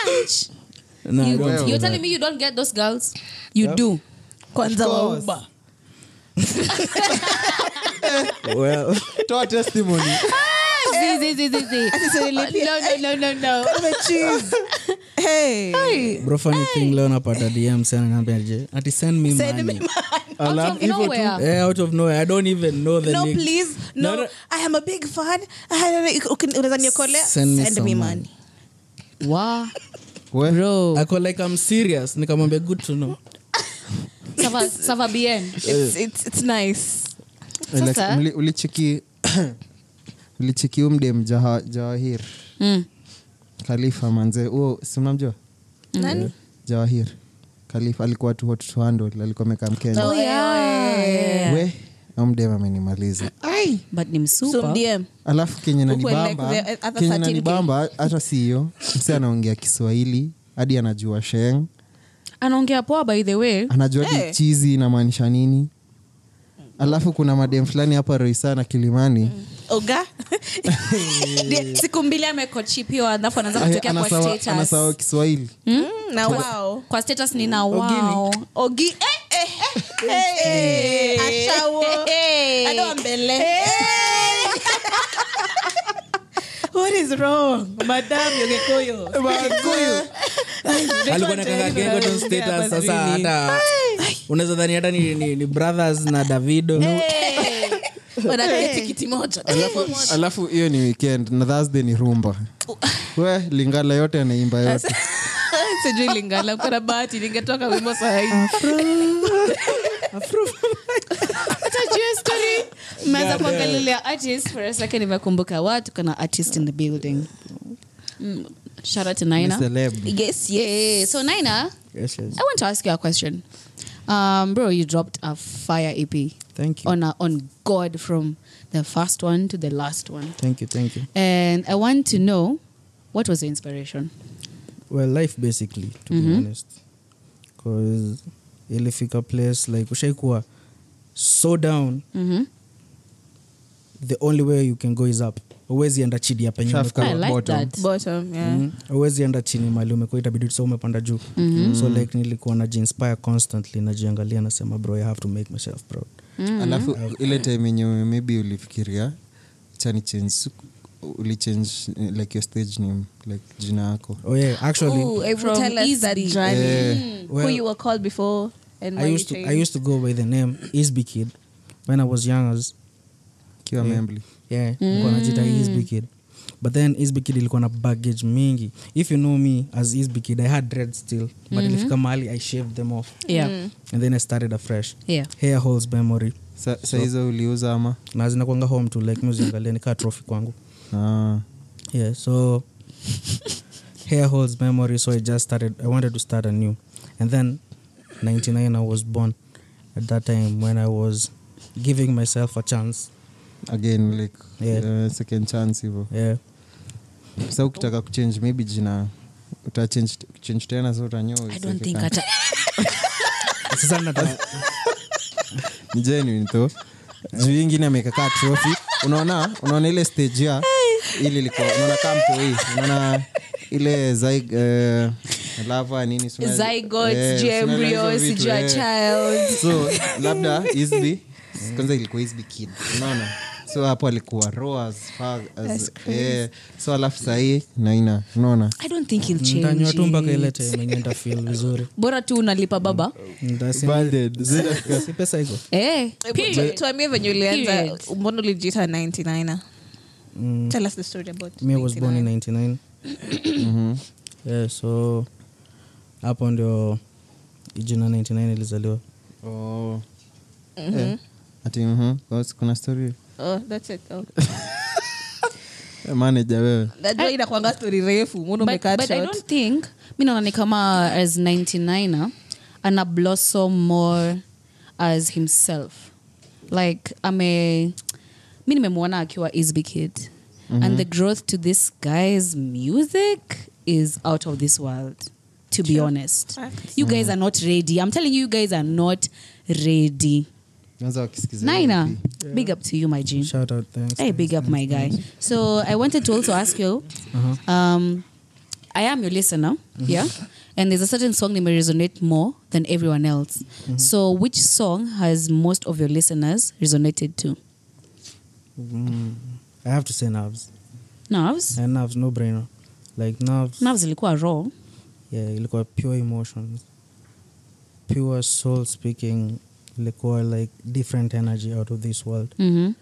D: na I
C: You,
D: don't
C: you're telling me you don't get those girls? You do.
E: kwanza wauba
D: well
B: Eh, toa testimony
C: Ah, Zi, zi, zi, zi, zi. No, no, no, no, no.
E: hey.
D: bro funny thing leo napata dm sana naambia je ati send me money
C: Out of nowhere.
D: eh out of nowhere i don't even know the
E: no
D: name.
E: please no,
D: No, no.
E: i am a big fan I- I- I- ukin- unaweza niokolea
D: Send me some
E: me
D: money.
E: money
C: Wow.
B: We?
C: bro
D: ako like i'm serious nikamwambia good to know
C: Sava- sava bien
E: It's, it's, it's nice.
B: Relax,
C: Sasa-
B: mli- ulicheki ulicheki umdem Jaha- jawahir
C: Mm.
B: khalifa manze huo simnamjua
E: Nani?
B: jawahir khalifa alikuwa tu hot to handle alikuwa amekaa mkenya
C: Oh, yeah, yeah.
B: we umdem amenimaliza
C: but ni
E: So
C: msupa
E: DM.
B: alafu kenye
E: Huku
B: nanibamba
E: like the other
B: kenye
E: 13
B: nanibamba hata siyo mse anaongea kiswahili hadi anajua sheng
C: anaongea poa by the way
B: anajua hey. chizi inamaanisha nini alafu kuna madem fulani hapa roisana kilimani mm.
E: Oga.
C: Ndiye, siku mbili amekochipiwa alafu anaanza kutokea kwa status
B: anasawa eh, kiswahili
E: Mm, na wao.
C: kwa status nina wao
E: Ogi. Eh, eh, eh, eh, eh, Ashawo. Ado mbele. Eh. What is wrong? Madam Yogekoyo.
D: alikuwa nakanga kengoton status sasa hata unaweza dhani hata ni, ni, ni brothers na davido
E: Wanataka tikiti moja.
B: alafu- alafu hiyo ni weekend na thursday ni rumba we lingala yote anaimba yote
E: sijui lingala kuna bahati ningetoka wimbo sahihi
C: Tutajua story. Mmeanza kuangalia artist for a second imekumbuka watu kana artist in the building Mm, shout out to Naina.
B: Celeb.
C: yes yeah so Naina
D: yes, yes.
C: I want to ask you a question um, bro you dropped a fire EP
D: thank you
C: on a, on God from the first one to the last one
D: thank you thank you
C: and I want to know what was the inspiration
D: well life basically to
E: Mm-hmm.
D: be honest cause ilifika place like ushaikuwa so down
C: mm-hmm.
D: the only way you can go is up uwezi enda chini ya penye
B: Shaft
D: umekaa.
C: I like that
E: bottom yeah.
D: Mhm. Huwezi enda chini mali umekuwa itabidi so umepanda juu
E: Mm-hmm.
D: so like nilikuwa najiinspire constantly najiangalia nasema bro i have to make myself proud
B: alafu ile time yenye maybe ulifikiria chani change ulichange eh, like your stage name like jina yako
D: oh yeah actually
E: Ooh, it
C: From
E: will tell Eh, us that
C: Easy.
E: journey.
B: Yeah.
E: who
D: Well,
E: you were called before and
D: i
E: why you
D: used to i
E: changed.
D: used to go by the name isby kid when i was young as
B: kiwa
D: Yeah.
B: membly
D: yeah nilikuwa najita isby kid but then isby kid ilikuwa na baggage mingi if you know me as isby kid i had dread still but ilifika mahali i shaved them off
C: Mm-hmm.
D: Mm-hmm.
C: yeah
D: and then i started afresh
C: yeah
D: hair holds memory
B: Sa- saizo uliuza ama
D: na zinakwanga home to like muziangalia nikaa trophy kwangu
B: ah.
D: yeah so hair holds memory so i just started i wanted to start anew and then 99 i was born at that time when i was giving myself a chance
B: again like
D: Yeah.
B: uh, second chance hivo
D: yeah
B: sa ukitaka kuchange maybe jina utachange change tena sa utanyoa
C: I don't
B: isiweke
C: think
B: kando.
C: hata
D: Sasa nata-
B: Ni genuine though. juu ingine amekakaa trophy unaona unaona ile stage ya ili ilikuwa unaona kama mtoi unaona ile zyg- eh, lava nini si unazo-
E: Zygotes,
B: eh, si unaelewa hizo
E: embryo,
B: vitu,
E: sijui a
B: eh.
E: child.
B: so labda isb kwanza ilikuwa isb kid unaona so hapo alikuwa raw as far as eh, so alafu sahii naina unaona
C: I don't think he'll change
D: ntanywa tu mpaka ile
C: it.
D: time yenye ntafeel vizuri
C: bora tu unalipa baba
B: Oh.
D: Ntasi- si pesa hizo
C: Eh,
E: Eh,
C: period.
E: but tu- tuambie venye ulianza
C: Period.
E: mbona ulijiita 99er tell us the story about
D: Mm. me was born in 99
B: Mhm. Mm-hmm.
D: yeah so hapo ndio jina 99 ilizaliwa
B: oh. eh. ati mhm. Kwa- kuna story
E: 99. oh, that's it oh.
B: Eh, manager wewe
E: najua inakwanga story refu mbona
C: but,
E: umecut
C: but i
E: short
C: don't think mi naona ni kama as 99er ana blossom more as himself like ame mi nimemwona akiwa isby kid
B: Mm-hmm.
C: and the growth to this guy's music is out of this world to be honest
E: Facts.
C: you
B: Mm.
C: guys are not ready i'm telling you you guys are not ready
B: kwanza wakisikiza hiyo
C: naina
B: EP.
C: big up to you my gene
D: shout out thanks
C: Mm. Hey, big up, my guy. So I wanted to also ask you.
D: Uh-huh.
C: Um, I am your listener,
D: Mm-hmm.
C: yeah. And there's a certain song that may resonate more than everyone else.
D: Mm-hmm.
C: So which song has most of your listeners resonated to?
D: Mm, I have to say nerves.
C: Nerves.
D: And nerves, no brainer. Like nerves.
C: Nerves ilikuwa raw.
D: Yeah, ilikuwa pure emotions. Pure soul speaking. Ilikuwa like different energy out of this world.
C: Mm-hmm.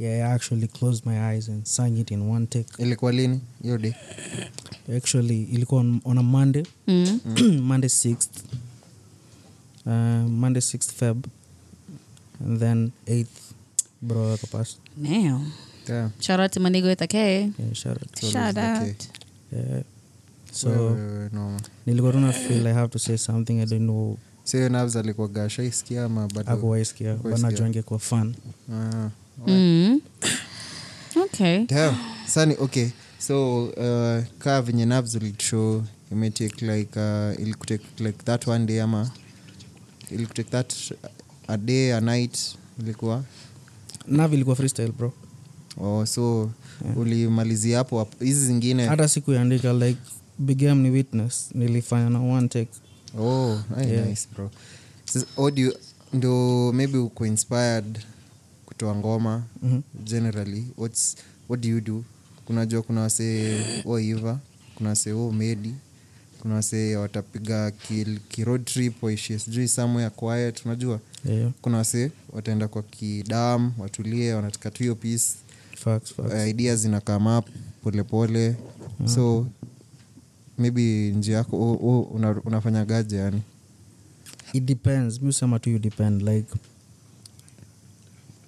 D: yeah i actually closed my eyes and sang it in one take
B: ilikuwa lini hiyo day?
D: actually ilikuwa on, on a monday
C: Mm.
D: monday 6th uh, monday 6th feb and then 8th bro akapasa
C: Damn.
B: Yeah.
C: Shout out to my nigga with a K.
D: yeah, shout out.
B: It's
E: Shout
B: always okay.
E: out.
D: yeah. so
B: Wewe, noma.
D: nilikuwa tuna feel i have to say something i don't know
B: Si hiyo Navs alikuwa gasha iskia ama bado?
D: akuwaiskia
B: Hakuwaisikia.
D: banajuange kwa fan
B: Ah.
C: Mm. Mm-hmm. Okay.
B: Damn. sani okay so uh, kaa venye Navs ulitushow imetake like uh, ilikutake like that one day ama ilikutake that a day a night ilikuwa
D: nav ilikuwa freestyle bro
B: oh, so ulimalizia hapo hapo. hizi zingine
D: hata sikuiandika like bigam ni witness nilifanya na one take
B: oh, ay,
D: Yeah.
B: nice bro Sasa, audio ndo maybe uko inspired kutoa ngoma
D: Mhm.
B: generally What's, what do you do kunajua kuna wasee waiva kuna wasee wo medi kuna wasee watapiga ki, ki road trip waishie sijui somewhere quiet unajua
D: yeah.
B: kuna wasee wataenda kwa kidam watulie wanataka tu hiyo peace
D: facts, facts.
B: uh, ideas zina come up polepole
D: Mhm.
B: so maybe njia yako u- u- una, unafanyagaje yani
D: it depends mi usema tu you depend like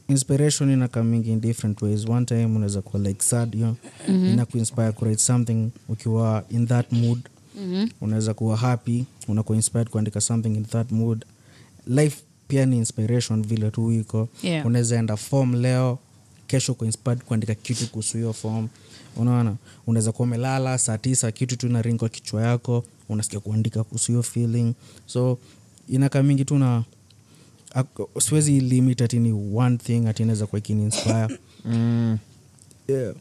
D: inspiration ina coming in different ways one time unaweza kuwa like sad you know, mm-hmm. ina kuinspire kurate something ukiwa in that mood mm-hmm. unaweza kuwa happy unakuwa inspired kuandika something in that mood life pia ni inspiration vile tu iko
C: Yeah.
D: unaweza enda form leo kesho uko inspired kuandika kitu kuhusu hiyo form unaona unaweza kuwa umelala saa tisa kitu tu inaring kwa kichwa yako unasikia kuandika kuhusu hiyo feeling so inaka mingi tu na ak- siwezi limit atini one thing ati inaweza kuwa ikini inspire
B: mm,
D: yeah.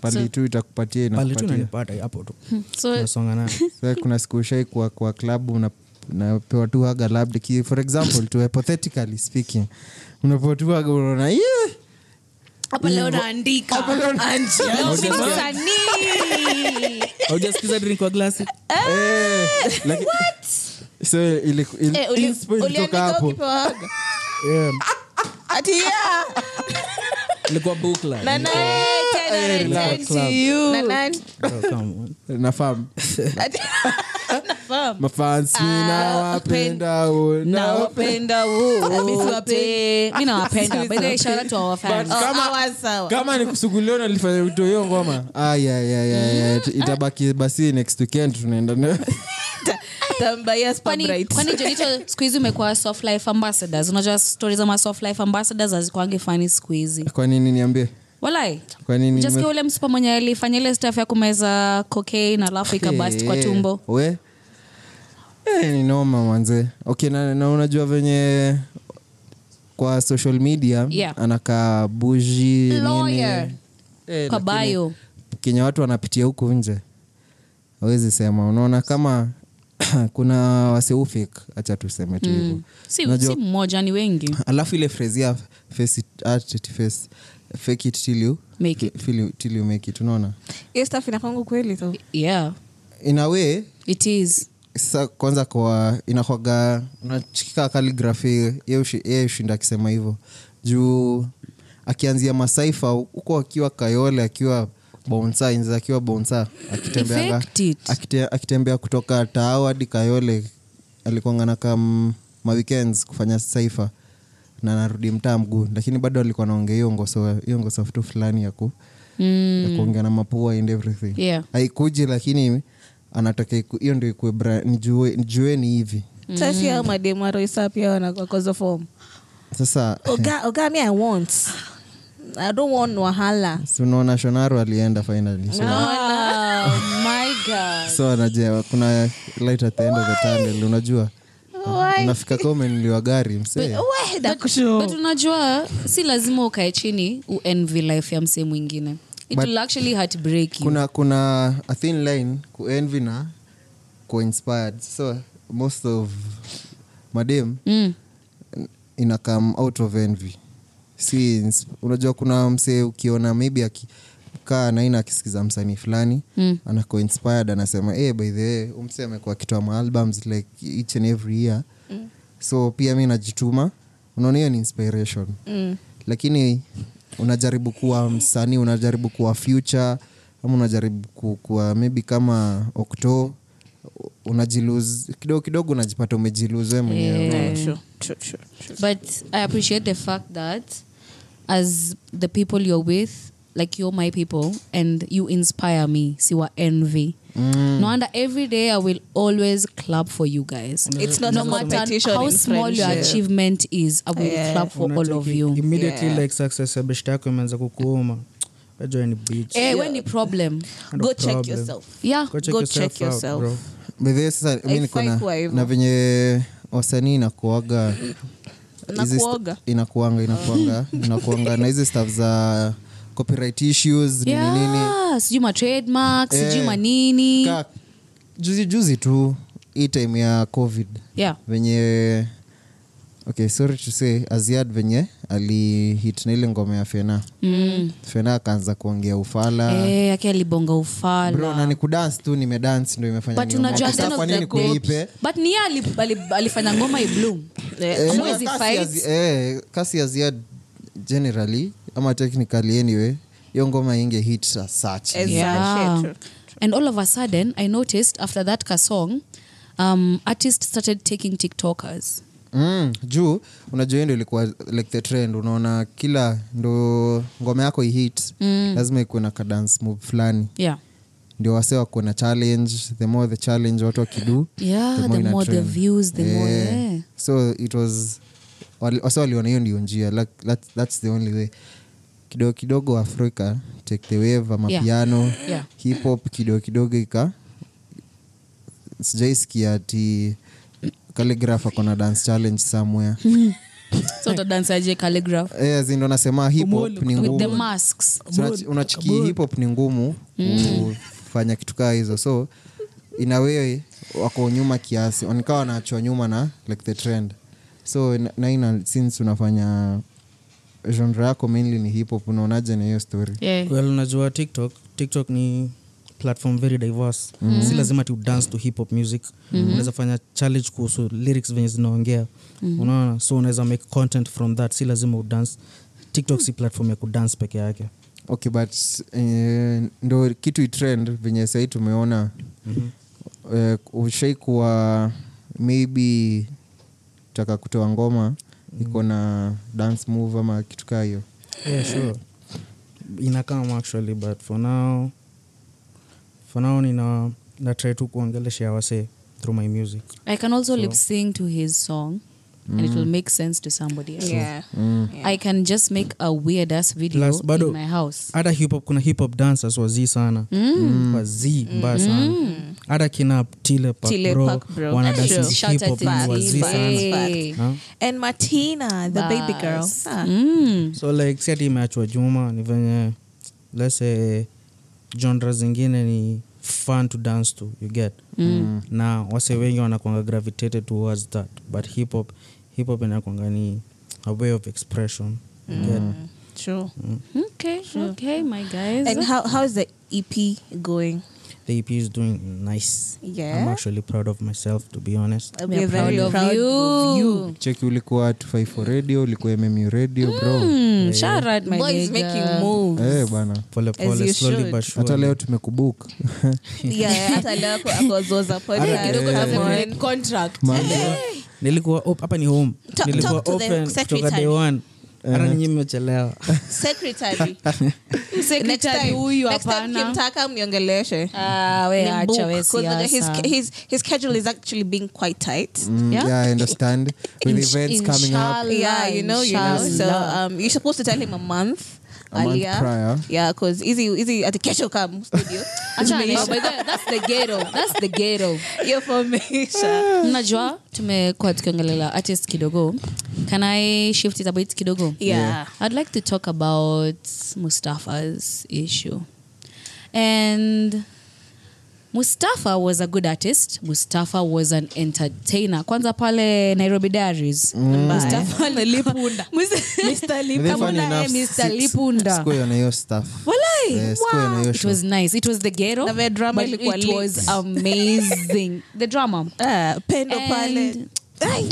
B: pali
C: So-
B: tu itakupatia
D: pale tu
B: inakupatia.
D: nanipata hapo tu
C: So
D: nasonga nayo
B: So, kuna siku ushai kwa, kwa klabu una napewa tu haga labda ki, for example to hypothetically speaking unapewa tu haga unaona yeah!
C: hapa leo
D: Mm-hmm.
C: naandika Anji, leo mimi ni msanii.
D: aujasikiza drink wa glasi
B: Eh, like- so iliku- ili-
E: Eh, uli-
B: inspo ilitoka
E: uliandika
B: hapo
E: ukipewa hug?
D: yeah.
E: Ati, yeah.
D: ilikuwa bukla
E: Na nani tena
B: Eh,
E: return
B: la
E: to
D: club.
E: you? Na nani?
D: Bro, come on.
B: nafahamu
E: Ati- Nafahamu.
B: mafansi
E: Ah,
B: nawapenda unao
E: Nawapenda wote.
C: Oh, mi nawapenda By the way, shout out to our fans.
E: Oh, hawa sawa.
B: kama ni kusuguliwa nalifanya utoyo ngoma ayayayaya
E: Mm.
B: itabaki basi next weekend tunaenda nayo.
E: Ta- tambaya Spa
C: kwani
E: Bright.
C: kwani jonito siku hizi umekuwa soft life ambassadors unajua stori za ma soft life ambassadors hazikwangi fani siku hizi
B: kwa nini niambie
C: walai
B: kwa nini nime-
C: jaskia ule msupa mwenye alifanya ile staff ya kumeza cocaine alafu ikabast kwa
B: Eh,
C: tumbo
B: we Eh, ni noma mwanze okay na, na unajua venye kwa social media
C: Yeah.
B: anakaa buji
C: Lawyer.
B: Eh,
C: kwa
B: lakini-
C: bayo
B: kenye watu wanapitia huku nje awezi sema unaona kama kuna waseufik hacha tuseme tu
C: Mm.
B: hivo
C: si,
B: Unajua-
C: si mmoja ni wengi
B: alafu ile frezia face it, art it, face, fake it till you,
C: Make it.
B: feel you- till you make it unaona
E: Hiyo stuff inakwangu kweli though.
C: yeah
B: in a way
C: it is
B: sasa kwanza kwa inakwaga unachikika kaligrafi yeye ushinda akisema hivyo juu akianzia masaifa huko akiwa kayole akiwa bonsa inza akiwa bonsa akitembeaga-
C: Effect it.
B: akite- akitembea kutoka tao hadi kayole alikwangana kam mawekends kufanya saifa na narudi mtaa mguu lakini bado alikuwa naongea hiyo ngoso hiyo ngoso tu fulani ya ku
C: mm.
B: ya kuongea na mapua and everything
C: Yeah.
B: haikuji lakini anataka iku- hiyo ndio ikue bra- nijue- nijueni hivi
C: Hmm.
E: Sasa si hao mademu wa Roysa pia wanakuwa cause of form.
B: sasa
E: Oga- oga, me I want. I don't want wahala.
B: si unaona shonaro alienda finally so,
C: Oh, my God.
B: so anajua kuna light at the end of the tunnel unajua
E: Why?
B: unafika komenliwa gari msee
C: oh,
E: We, nakusho.
C: but unajua si lazima ukae chini uenvy life ya msee mwingine it
B: But-
C: will actually heartbreak you.
B: kuna kuna a thin line kuenvy na kuinspired so most of madem
C: Mm.
B: ina come out of envy si ins- unajua kuna msee ukiona maybe akikaa naina akisikiza msanii fulani mm. anako inspired anasema hey, by the way huyu msee amekuwa akitoa maalbums like each and every year mm. so pia mi najituma unaona hiyo ni inspiration mm. lakini unajaribu kuwa msanii unajaribu kuwa future ama unajaribu ku- kuwa maybe kama okto unajiluz kidogo kidogo unajipata umejiluz we mwenyewe
C: Yeah.
E: True, true, true, true.
C: But I appreciate the fact that as the people you're with, like you're my people and you inspire me. Siwa envy.
B: Mm.
C: No wonder every day I will always clap for you guys.
E: It's not
C: no
E: a
C: matter
E: competition
C: how
E: in
C: small your
E: friendship.
C: achievement is, I will
E: Yeah.
C: clap for all of
D: Unacheki,
C: you.
D: immediately
E: Yeah.
D: like success ya beshta yako imeanza kukuuma najua ni bitch.
C: Eh, when the problem.
D: Kind of
E: go check
D: problem.
E: yourself
C: Yeah.
D: Go check
E: Go
D: yourself out,
E: check yourself.
D: bro.
B: bedhie sasa mi
E: Haifai
B: niko na-
E: kuwa hivyo.
B: na venye wasanii inakuaga hizi st-
E: Inakuaga?
B: inakuanga inakuanga inakuanga na hizi staff za copyright issues nini nini
C: Yeah. Sijui ma trademark, sijui
B: Eh.
C: manini.
B: Ka- juzi juzi tu hii time ya covid
C: Yeah.
B: venye okay sorry to say aziad venye alihit na ile ngoma ya fena mm. fena akaanza kuongea ufala
C: Eh, aki alibonga
B: Ah. bro
C: ufala.
B: na ni kudance tu nimedance ndo imefanya
C: but
B: niombe.
C: unajua
B: Sasa
C: at the end
B: kwa
C: of
B: nini
C: the day-
B: kuipe
C: but ni yeye ali- ali- alifanya ngoma ibloom
B: Eh,
C: Hamwezi
B: kasi
C: fight.
B: ya Zi- eh, kasi ya ziad generally ama technically anyway hiyo ngoma inge hit sa- such Mm.
E: Exactly.
C: Yeah.
E: True,
C: and all of a sudden i noticed after that ka song um, artist started taking tiktokers
B: mm, juu unajua hiyo ndo ilikuwa like the trend unaona kila ndo ngoma yako ihit mm. lazima ikuwe na kadance move fulani
C: yeah
B: ndio wase wako na challenge the more the challenge watu wakidu
C: Yeah, the
B: ina
C: more the
B: trend.
C: views, the more- yeah.
B: so it was wali- wase waliona hiyo ndio njia like, that, that's the only way kidogo kidogo africa take the wave ama
C: Yeah.
B: piano
C: Yeah.
B: hip hop kidogo kidogo ika sijaisikia ati calligraph ako na dance challenge somewhere
C: so utadansaje calligraph
B: eh, zindo nasema hip hop ni
C: with the
B: ngumu
C: masks
B: So unachi- unachiki hip hop ni ngumu kufanya kitu kaa hizo so inawewe wako nyuma kiasi nikawa wanaachwa nyuma na like the trend so na- na ina since unafanya genre yako mainly ni hip hop unaonaje na hiyo story
C: yeah.
D: well unajua tiktok tiktok ni platform very diverse
C: Mm.
D: si lazima ti dance to hip hop music
C: Mm-hmm.
D: unaweza fanya challenge kuhusu lyrics venye zinaongea
C: Mm-hmm.
D: unaona so unaweza make content from that si lazima udance tiktok si platform ya kudance peke yake
B: okay but eh, ndo kitu itrend venye sahii tumeona eh, ushai kuwa maybe taka kutoa ngoma iko na dance move ama kitu kaa hiyo
D: yeah sure inakam actually but for now for now nina na try tu kuongelesha wase through my music
C: i can also lip sing to his song and it will
B: Mm.
C: make sense to somebody else
E: Yeah.
C: Mm. i can just make a weird ass video
D: Plus, bado-
C: in my house
D: hata hip hop kuna hip hop dancers wazii sana mm. wazii mbaya sana hata kina tile Park
E: Tile
D: Bro,
E: Park Bro.
D: wana
E: Sure.
D: dances
C: Shout
D: hip
C: out
D: hop
C: to
D: ni
E: Tile
D: wazii
E: Park.
D: sana
E: Facts,
C: yeah.
D: Huh?
E: and martina the baby girl Ah.
C: Bas.
E: huh?
C: mm.
D: so like si ati imeachwa juma ni venye lese genre zingine ni fun to dance to you get mm. na wase wengi wanakwanga gravitated towards that but hip hop hip hop inakwanga ni a way of expression you get?
E: true
C: okay okay my guys
E: and how how's the ep going
D: the ep is doing nice
E: Yeah.
D: i'm actually proud of myself to be honest
E: We're
C: We are
E: very
C: proud of you.
E: you.
B: cheki ulikuwa 254 radio ulikuwa mmu radio bro
C: Mm, shout out my
E: Boys
C: nigga.
E: making moves.
B: Eh, bana
D: pole
E: As you
D: pole slowly
E: should.
D: but surely
B: hata leo tumekubuka
E: Yeah, hata leo ako- ako Zoza podcast.
C: Kidogo
E: Come
C: tuseme
E: on.
C: like contract
E: Eh,
B: Mambo.
D: nilikuwa op- hapa ni home
E: Talk-
D: nilikuwa
E: talk to the
D: open kutoka
E: secretary.
D: day one hata ninyi mmechelewa
E: Secretary. Next
C: secretary
E: time-
C: huyu
E: next time
C: hapana
E: kimtaka miongeleshe
C: Ah, we acha,
E: Nimbook,
C: we
E: 'cause the- his,
C: siasa.
E: his, his schedule is actually being quite tight
B: Mm,
C: Yeah?
B: yeah, I understand with
C: Insh-
B: events coming up
C: inshallah,
E: yeah you know you know so
C: inshallah.
E: um, you're supposed to tell him a month
B: A month
E: earlier
B: prior.
E: yeah because easy easy at the kesho come studio
C: Achana, by the way, that's the ghetto. That's the ghetto.
E: your formation
C: mnajua tumekuwa tukiongelela artist kidogo can i shift it a bit kidogo
E: Yeah.
C: i'd like to talk about mustafa's issue and mustafa was a good artist mustafa was an entertainer kwanza pale nairobi diaries
E: Mm.
C: mustafa lipunda mr
B: But then funny enough,
C: mr
B: si-
C: lipunda
B: sikuwa na hiyo stuff
C: Walai,
B: Eh, sikuwa na hiyo
C: it
B: show.
C: was nice it was the ghetto
E: Na vile drama
C: but
E: ilikuwa
C: it
E: lit.
C: was amazing the drama
E: uh, pendo
C: And
E: pale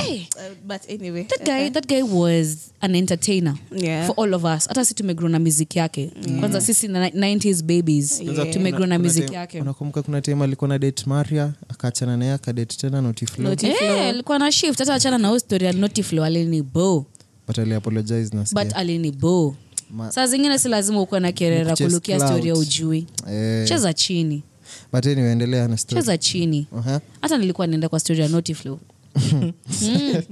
C: Hey.
E: Uh, but anyway uh,
C: that guy that guy was an entertainer
E: Yeah.
C: for all of us hata si tumegrow na music yake kwanza sisi na 90s babies
E: Yeah.
C: tumegrow na music yake
B: unakumbuka kuna time alikuwa na date maria akaachana naye akadate tena notiflo
E: Naughty Flow.
C: Eh, alikuwa na shift hata achana na ustori alinotiflo alini bo
B: but aliapologize nasikia.
C: but uh, alini bo
B: Ma-
C: saa zingine si lazima ukuwe na kerera
B: Chest
C: kulukia storia
B: clout.
C: ujui
B: Eh,
C: cheza chini
B: but anyway, endelea na story. Uh-huh.
C: cheza chini
B: Aha.
C: hata nilikuwa nienda kwa storia notiflo
B: Eh,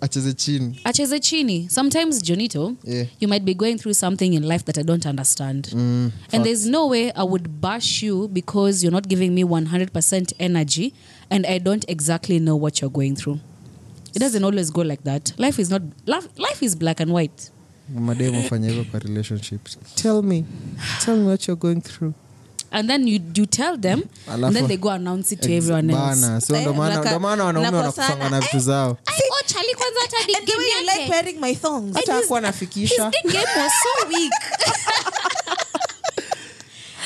B: acheze chini Eh.
C: acheze chini sometimes jonito
B: Yeah.
C: you might be going through something in life that i don't understand
B: Mm,
C: and there's no way i would bash you because you're not giving me 100% energy and i don't exactly know what you're going through it doesn't always go like that life is not life, life is black and white
B: mademu fanya hivyo kwa relationships tell me tell me what you're going through
C: and then you you tell them and then
B: Alafu-
C: they go announce it to everyone else
B: Bana, so ndo
E: Eh,
B: maana
E: naka-
B: ndo maana wanaume
E: nakosana.
B: wanakufanga na vitu zao
C: Ay, oh, Charlie, kwanza hata
E: and the
C: dick
E: way you
C: yake.
E: like wearing my thongs
C: It is-
B: anafikisha
C: His dick game was so weak.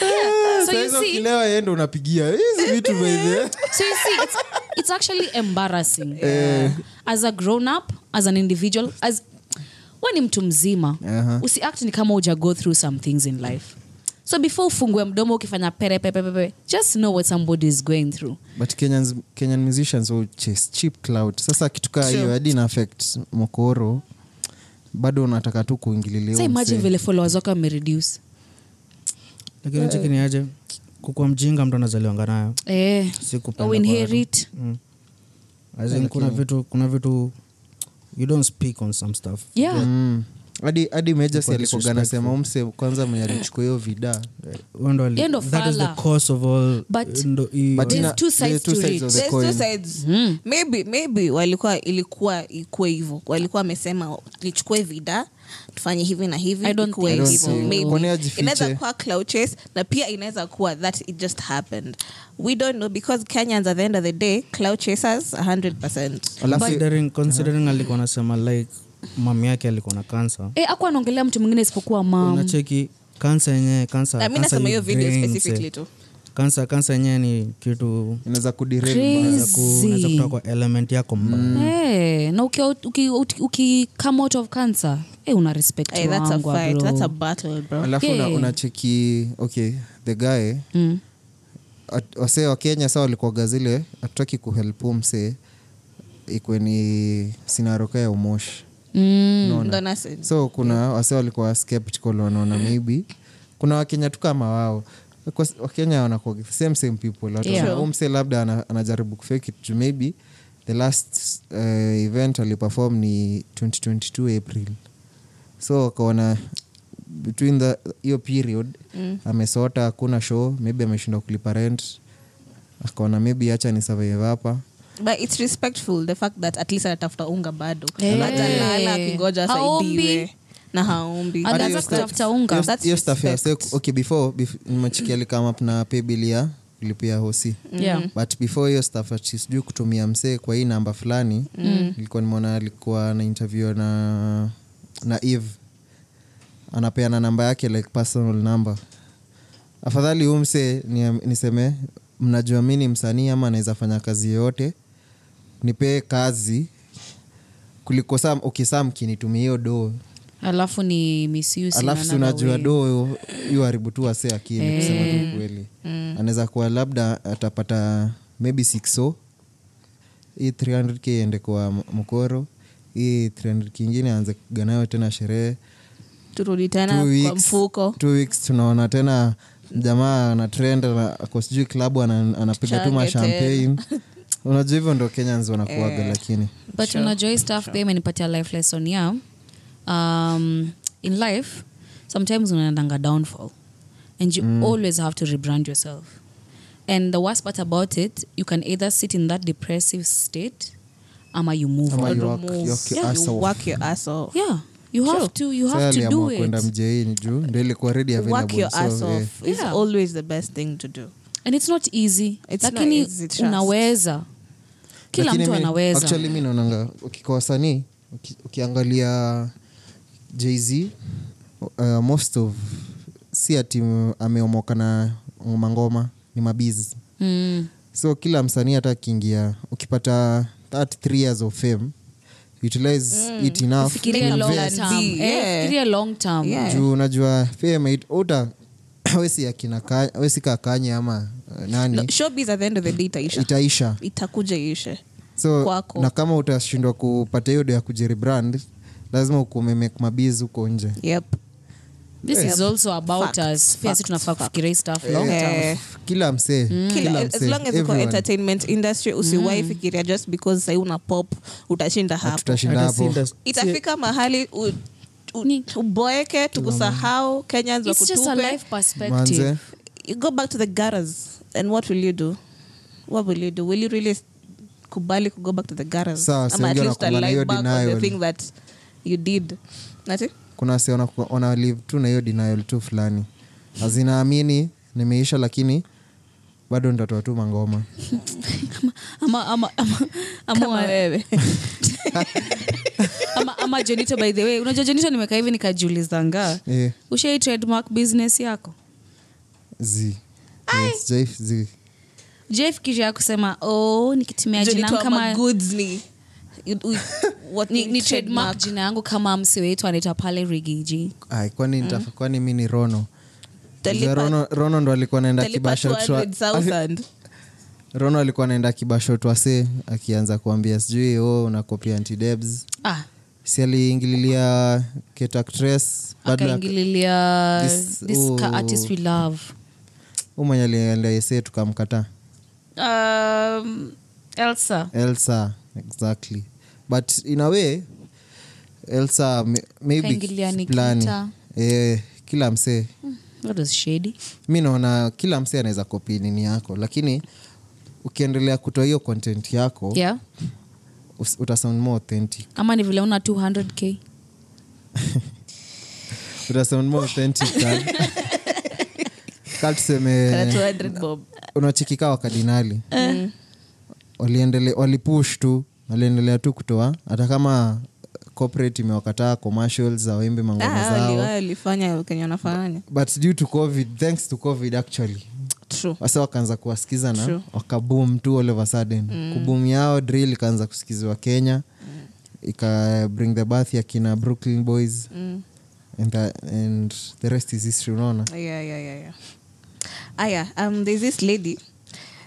C: yeah. So you
B: Saizi
C: see,
B: Eh, ukilewa yeye ndo unapigia hizi vitu baidhe
C: so you see, it's, it's actually embarrassing
D: Eh.
C: as a grown up, as an individual, as we ni mtu mzima
D: Uh-huh.
B: Aha.
C: usi act ni kama uja go through some things in life. So before ufungue mdomo ukifanya pere pere pere pere, just know what somebody is going through.
B: but kenyans kenyan musicians will chase cheap cloud sasa kitu kaa hiyo hadi na affect mokoro bado unataka tu kuingililiwa
C: So imagine
B: msee.
C: vile followers wako wamereduce.
D: lakini cheki ni aje kukua mjinga mtu anazaliwanga nayo
C: Eh.
D: Si kupenda
C: Au
D: kwa
C: inherit.
D: mm. As in, kuna vitu kuna vitu you don't speak on some stuff
C: Yeah.
B: Mm. hadi hadi mejasi
D: Ilikuwa
B: alikuwaga anasema umse kwanza mwenye alichukua hiyo vida
D: Huyo ndo ali-
C: Yeye ndo
D: that is the
C: fala.
D: cause of all
C: But-
D: ndo hiyo-
B: But
C: There's
B: ina-
C: two sides
B: there's two
C: to
B: sides
C: it.
B: of the
E: There's
B: coin.
E: two sides. maybe maybe walikuwa ilikuwa ikuwe hivyo walikuwa wamesema lichukue vida tufanye hivi na hivi
C: I don't
E: ikuwe
C: think
E: hivyo.
C: so.
E: Maybe.
B: Kwa nini ajifiche?
E: inaweza kuwa clout chase na pia inaweza kuwa that it just happened we don't know because kenyans at the end of the day cloud chasers 100
B: alafu
D: considering, considering alikuwa anasema like mami yake alikuwa na kansa
C: Eh, aku anaongelea mtu mwingine isipokuwa
E: Um,
C: mam.
D: unacheki kansa yenyewe kansa
E: Na mi
D: kansa
E: nasema hiyo
D: you
E: video
D: drain,
E: specifically
D: see.
E: tu.
D: kansa kansa yenyewe ni kitu
B: inaweza
C: Crazy.
B: kudirel
D: unaweza ku- unaweza kutoka kwa Mm. element yako mbaya
B: Mm.
C: Eh, na uki, uki, uki, uki come out of cancer eh, una respect
E: Hey, that's a
C: wangwa,
E: fight.
C: bro.
E: That's a battle, bro.
B: alafu una-
C: Yeah.
B: unacheki okay the guy
C: Mm.
B: at- wasee wa kenya saa walikuaga zile hatutaki kuhelpu msee ikwe ni sinaroka ya umoshi
C: Mm.
B: Unaona?
E: Ndo nasi-
B: so kuna wase walikuwa skeptical wanaona maybe kuna wakenya tu kama wao Kwa- wakenya wanakuwa same same people
C: Yeah.
B: yeah. umse labda ana, anajaribu kufake it juu maybe the last uh, event aliperform ni 2022 april so wakaona between the hiyo period mm. amesota hakuna show maybe ameshindwa kulipa rent akaona maybe hacha ni survive hapa
E: But it's respectful the fact that at least anatafuta unga bado
C: Eh.
E: atalala akingoja
C: Haombi.
E: asaidiwe na haombi
C: Anaanza
E: That's good.
C: kutafuta unga.
E: That's
B: hiyo staff ya
E: respect.
B: wase- okay before bef- nimachiki alikam up na pebili ya kulipia hosi
C: Yeah.
B: but before hiyo staff ati sijui kutumia msee kwa hii namba fulani mm. ilikuwa nimeona alikuwa na interview na na eve anapeana namba yake like personal number afadhali huu msee ni- niseme mnajua mi ni msanii ama anaweza fanya kazi yoyote nipee kazi kuliko sam ukisaa mkinitumia hiyo doo
C: alafu ni misuse in
B: alafu si
C: another
B: unajua
C: way.
B: do hiyo haribu tu wase akili
E: Eh.
B: kusema tu ukweli
E: Mm.
B: anaweza kuwa labda atapata maybe 6 hii 300k ende kwa m- mkoro hii 300k ingine aanze ganayo tena sherehe
E: turudi tena
B: Two
E: kwa
B: weeks-
E: mfuko
B: two weeks tunaona tena jamaa ana trend ana- ako sijui klabu ana- anapiga tu
E: Change
B: mashampagne unajua hivyo ndo kenyans wanakuaga
E: Eh.
B: lakini
C: but unajua hii staff pia imenipatia life lesson ya um, in life sometimes unaendanga downfall and you
B: Mm.
C: always have to rebrand yourself and the worst part about it you can either sit in that depressive state ama you move
B: Ama
C: on.
B: you
E: Don't
B: work-
E: move.
B: you work your
E: Yeah,
B: ass
E: you
B: off.
E: work your ass off.
C: yeah you have to you
B: Sasa
C: have to do
B: aliamua kwenda
C: it
B: mjeini juu ndo ilikuwa ready
E: Work
B: available
E: your ass
B: so, Mm-hmm. eh.
E: off is
C: Yeah.
E: always the best thing to do.
C: and it's not easy
E: It's not
C: lakini
E: easy, trust.
C: unaweza kila
B: Lakini
C: mtu
B: mi-
C: anaweza
B: actually mi naonanga ukikwa wasanii uki- ukiangalia jz uh, most of si ati ameomoka na ngoma ngoma ni mabizi
C: mm.
B: so kila msanii hata akiingia ukipata 33 years of fame utilize mm. it enough
C: fikiria
E: Maybe
C: long
E: plan
C: term
E: B,
C: Eh,
E: yeah.
C: fikiria long term
E: Yeah.
B: juu unajua fame uta wesi akina Ka- wesi kakanye ama eh, nani
E: No, showbiz at the end of the day itaisha
B: itaisha
E: itakuja iishe
B: so
E: Kwako.
B: na kama utashindwa kupata hiyo do ya kujirebrand lazima ukume make mabiz huko nje
E: yep.
C: this is also about
E: Fact,
C: us pia si
E: fact,
C: tunafaa
E: fact.
C: kufikiria hii stuff long
E: Eh,
C: term
B: kila msee
E: Mm. Kila-
B: kila
E: as
B: msee,
E: long as uko
B: Mm, everyone. Mm.
E: entertainment industry usiwai fikiria just because sai una pop utashinda hapo
B: tutashinda
D: Hata si
B: hapo
D: industry-
E: itafika mahali u, u,
C: Ni-
E: uboeke tukusahau kenyans
C: it's just a
E: wakutupe
C: life perspective
B: manze
E: you go back to the gutters and what will you do what will you do will you really kubali to go back to the gutters
B: Sawa, si
E: Ama at
B: wengine
E: least
B: wanakumbana hiyo
E: alive back on the
B: denial.
E: thing that you did nati
B: kuna se ona- ona live tu na hiyo denial tu fulani azinaamini nimeisha lakini bado nitatoa tu mangoma
C: ama, ama, ama, ama,
E: kama wewe
C: ama, ama Jonito, by the way unajua Jonito nimekaa hivi nikajiulizanga
B: Eh,
C: ushai trademark business yako
B: zi Yes, Jeff, zi
C: je fikiria kusema oh, nikitumia jina
E: Jonito
C: yangu
E: ama
C: kama
E: goods ni you- we- what
C: ni, ni trademark
E: trademark.
C: jina yangu kama msi wetu anaitwa pale rigiji
B: Ai, kwani nitaf- kwani mi ni rono
E: Mm. Talipa-
B: rono, rono ndo alikuwa naenda
E: Talipa
B: kibasho
E: 200,000.
B: rono alikuwa naenda kibasho twase akianza kuambia sijui o unakopia antidebs
C: ah,
B: si aliingililia ketactress
C: akaingililia
B: This-
C: this ca-
B: oh.
C: artist we love
B: umwenye alienda ese tukamkataa
C: um, elsa
B: elsa exactly but in a way elsa m-
C: Kaingilia
B: maybe
C: Nikita.
B: fulani. eh, kila msee
C: that was shady
B: mi naona kila msee anaweza kopi nini yako lakini ukiendelea kutoa hiyo content yako
C: yeah
B: us- utasound more authentic
C: ama ni vile una 200k
B: utasound more authentic than- ka
E: Kana
B: tuseme
E: 200 bob.
B: unachikika wakadinali waliendele walipush tu waliendelea tu kutoa hata kama corporate imewakataa commercials awaimbe mangoma
E: Ah,
B: zao
E: wali- walifanya kenye wanafanya
B: but due to covid thanks to covid actually
E: True.
B: wasa wakaanza kuwasikiza
E: True.
B: na wakaboom tu all of a sudden mm. kubum yao drill ikaanza kusikizwa kenya ika bring the bath ya kina brooklyn boys mm. and, the, and the rest is history unaona
E: yeah, yeah, yeah, yeah. Ah, yeah. Um, there's this lady.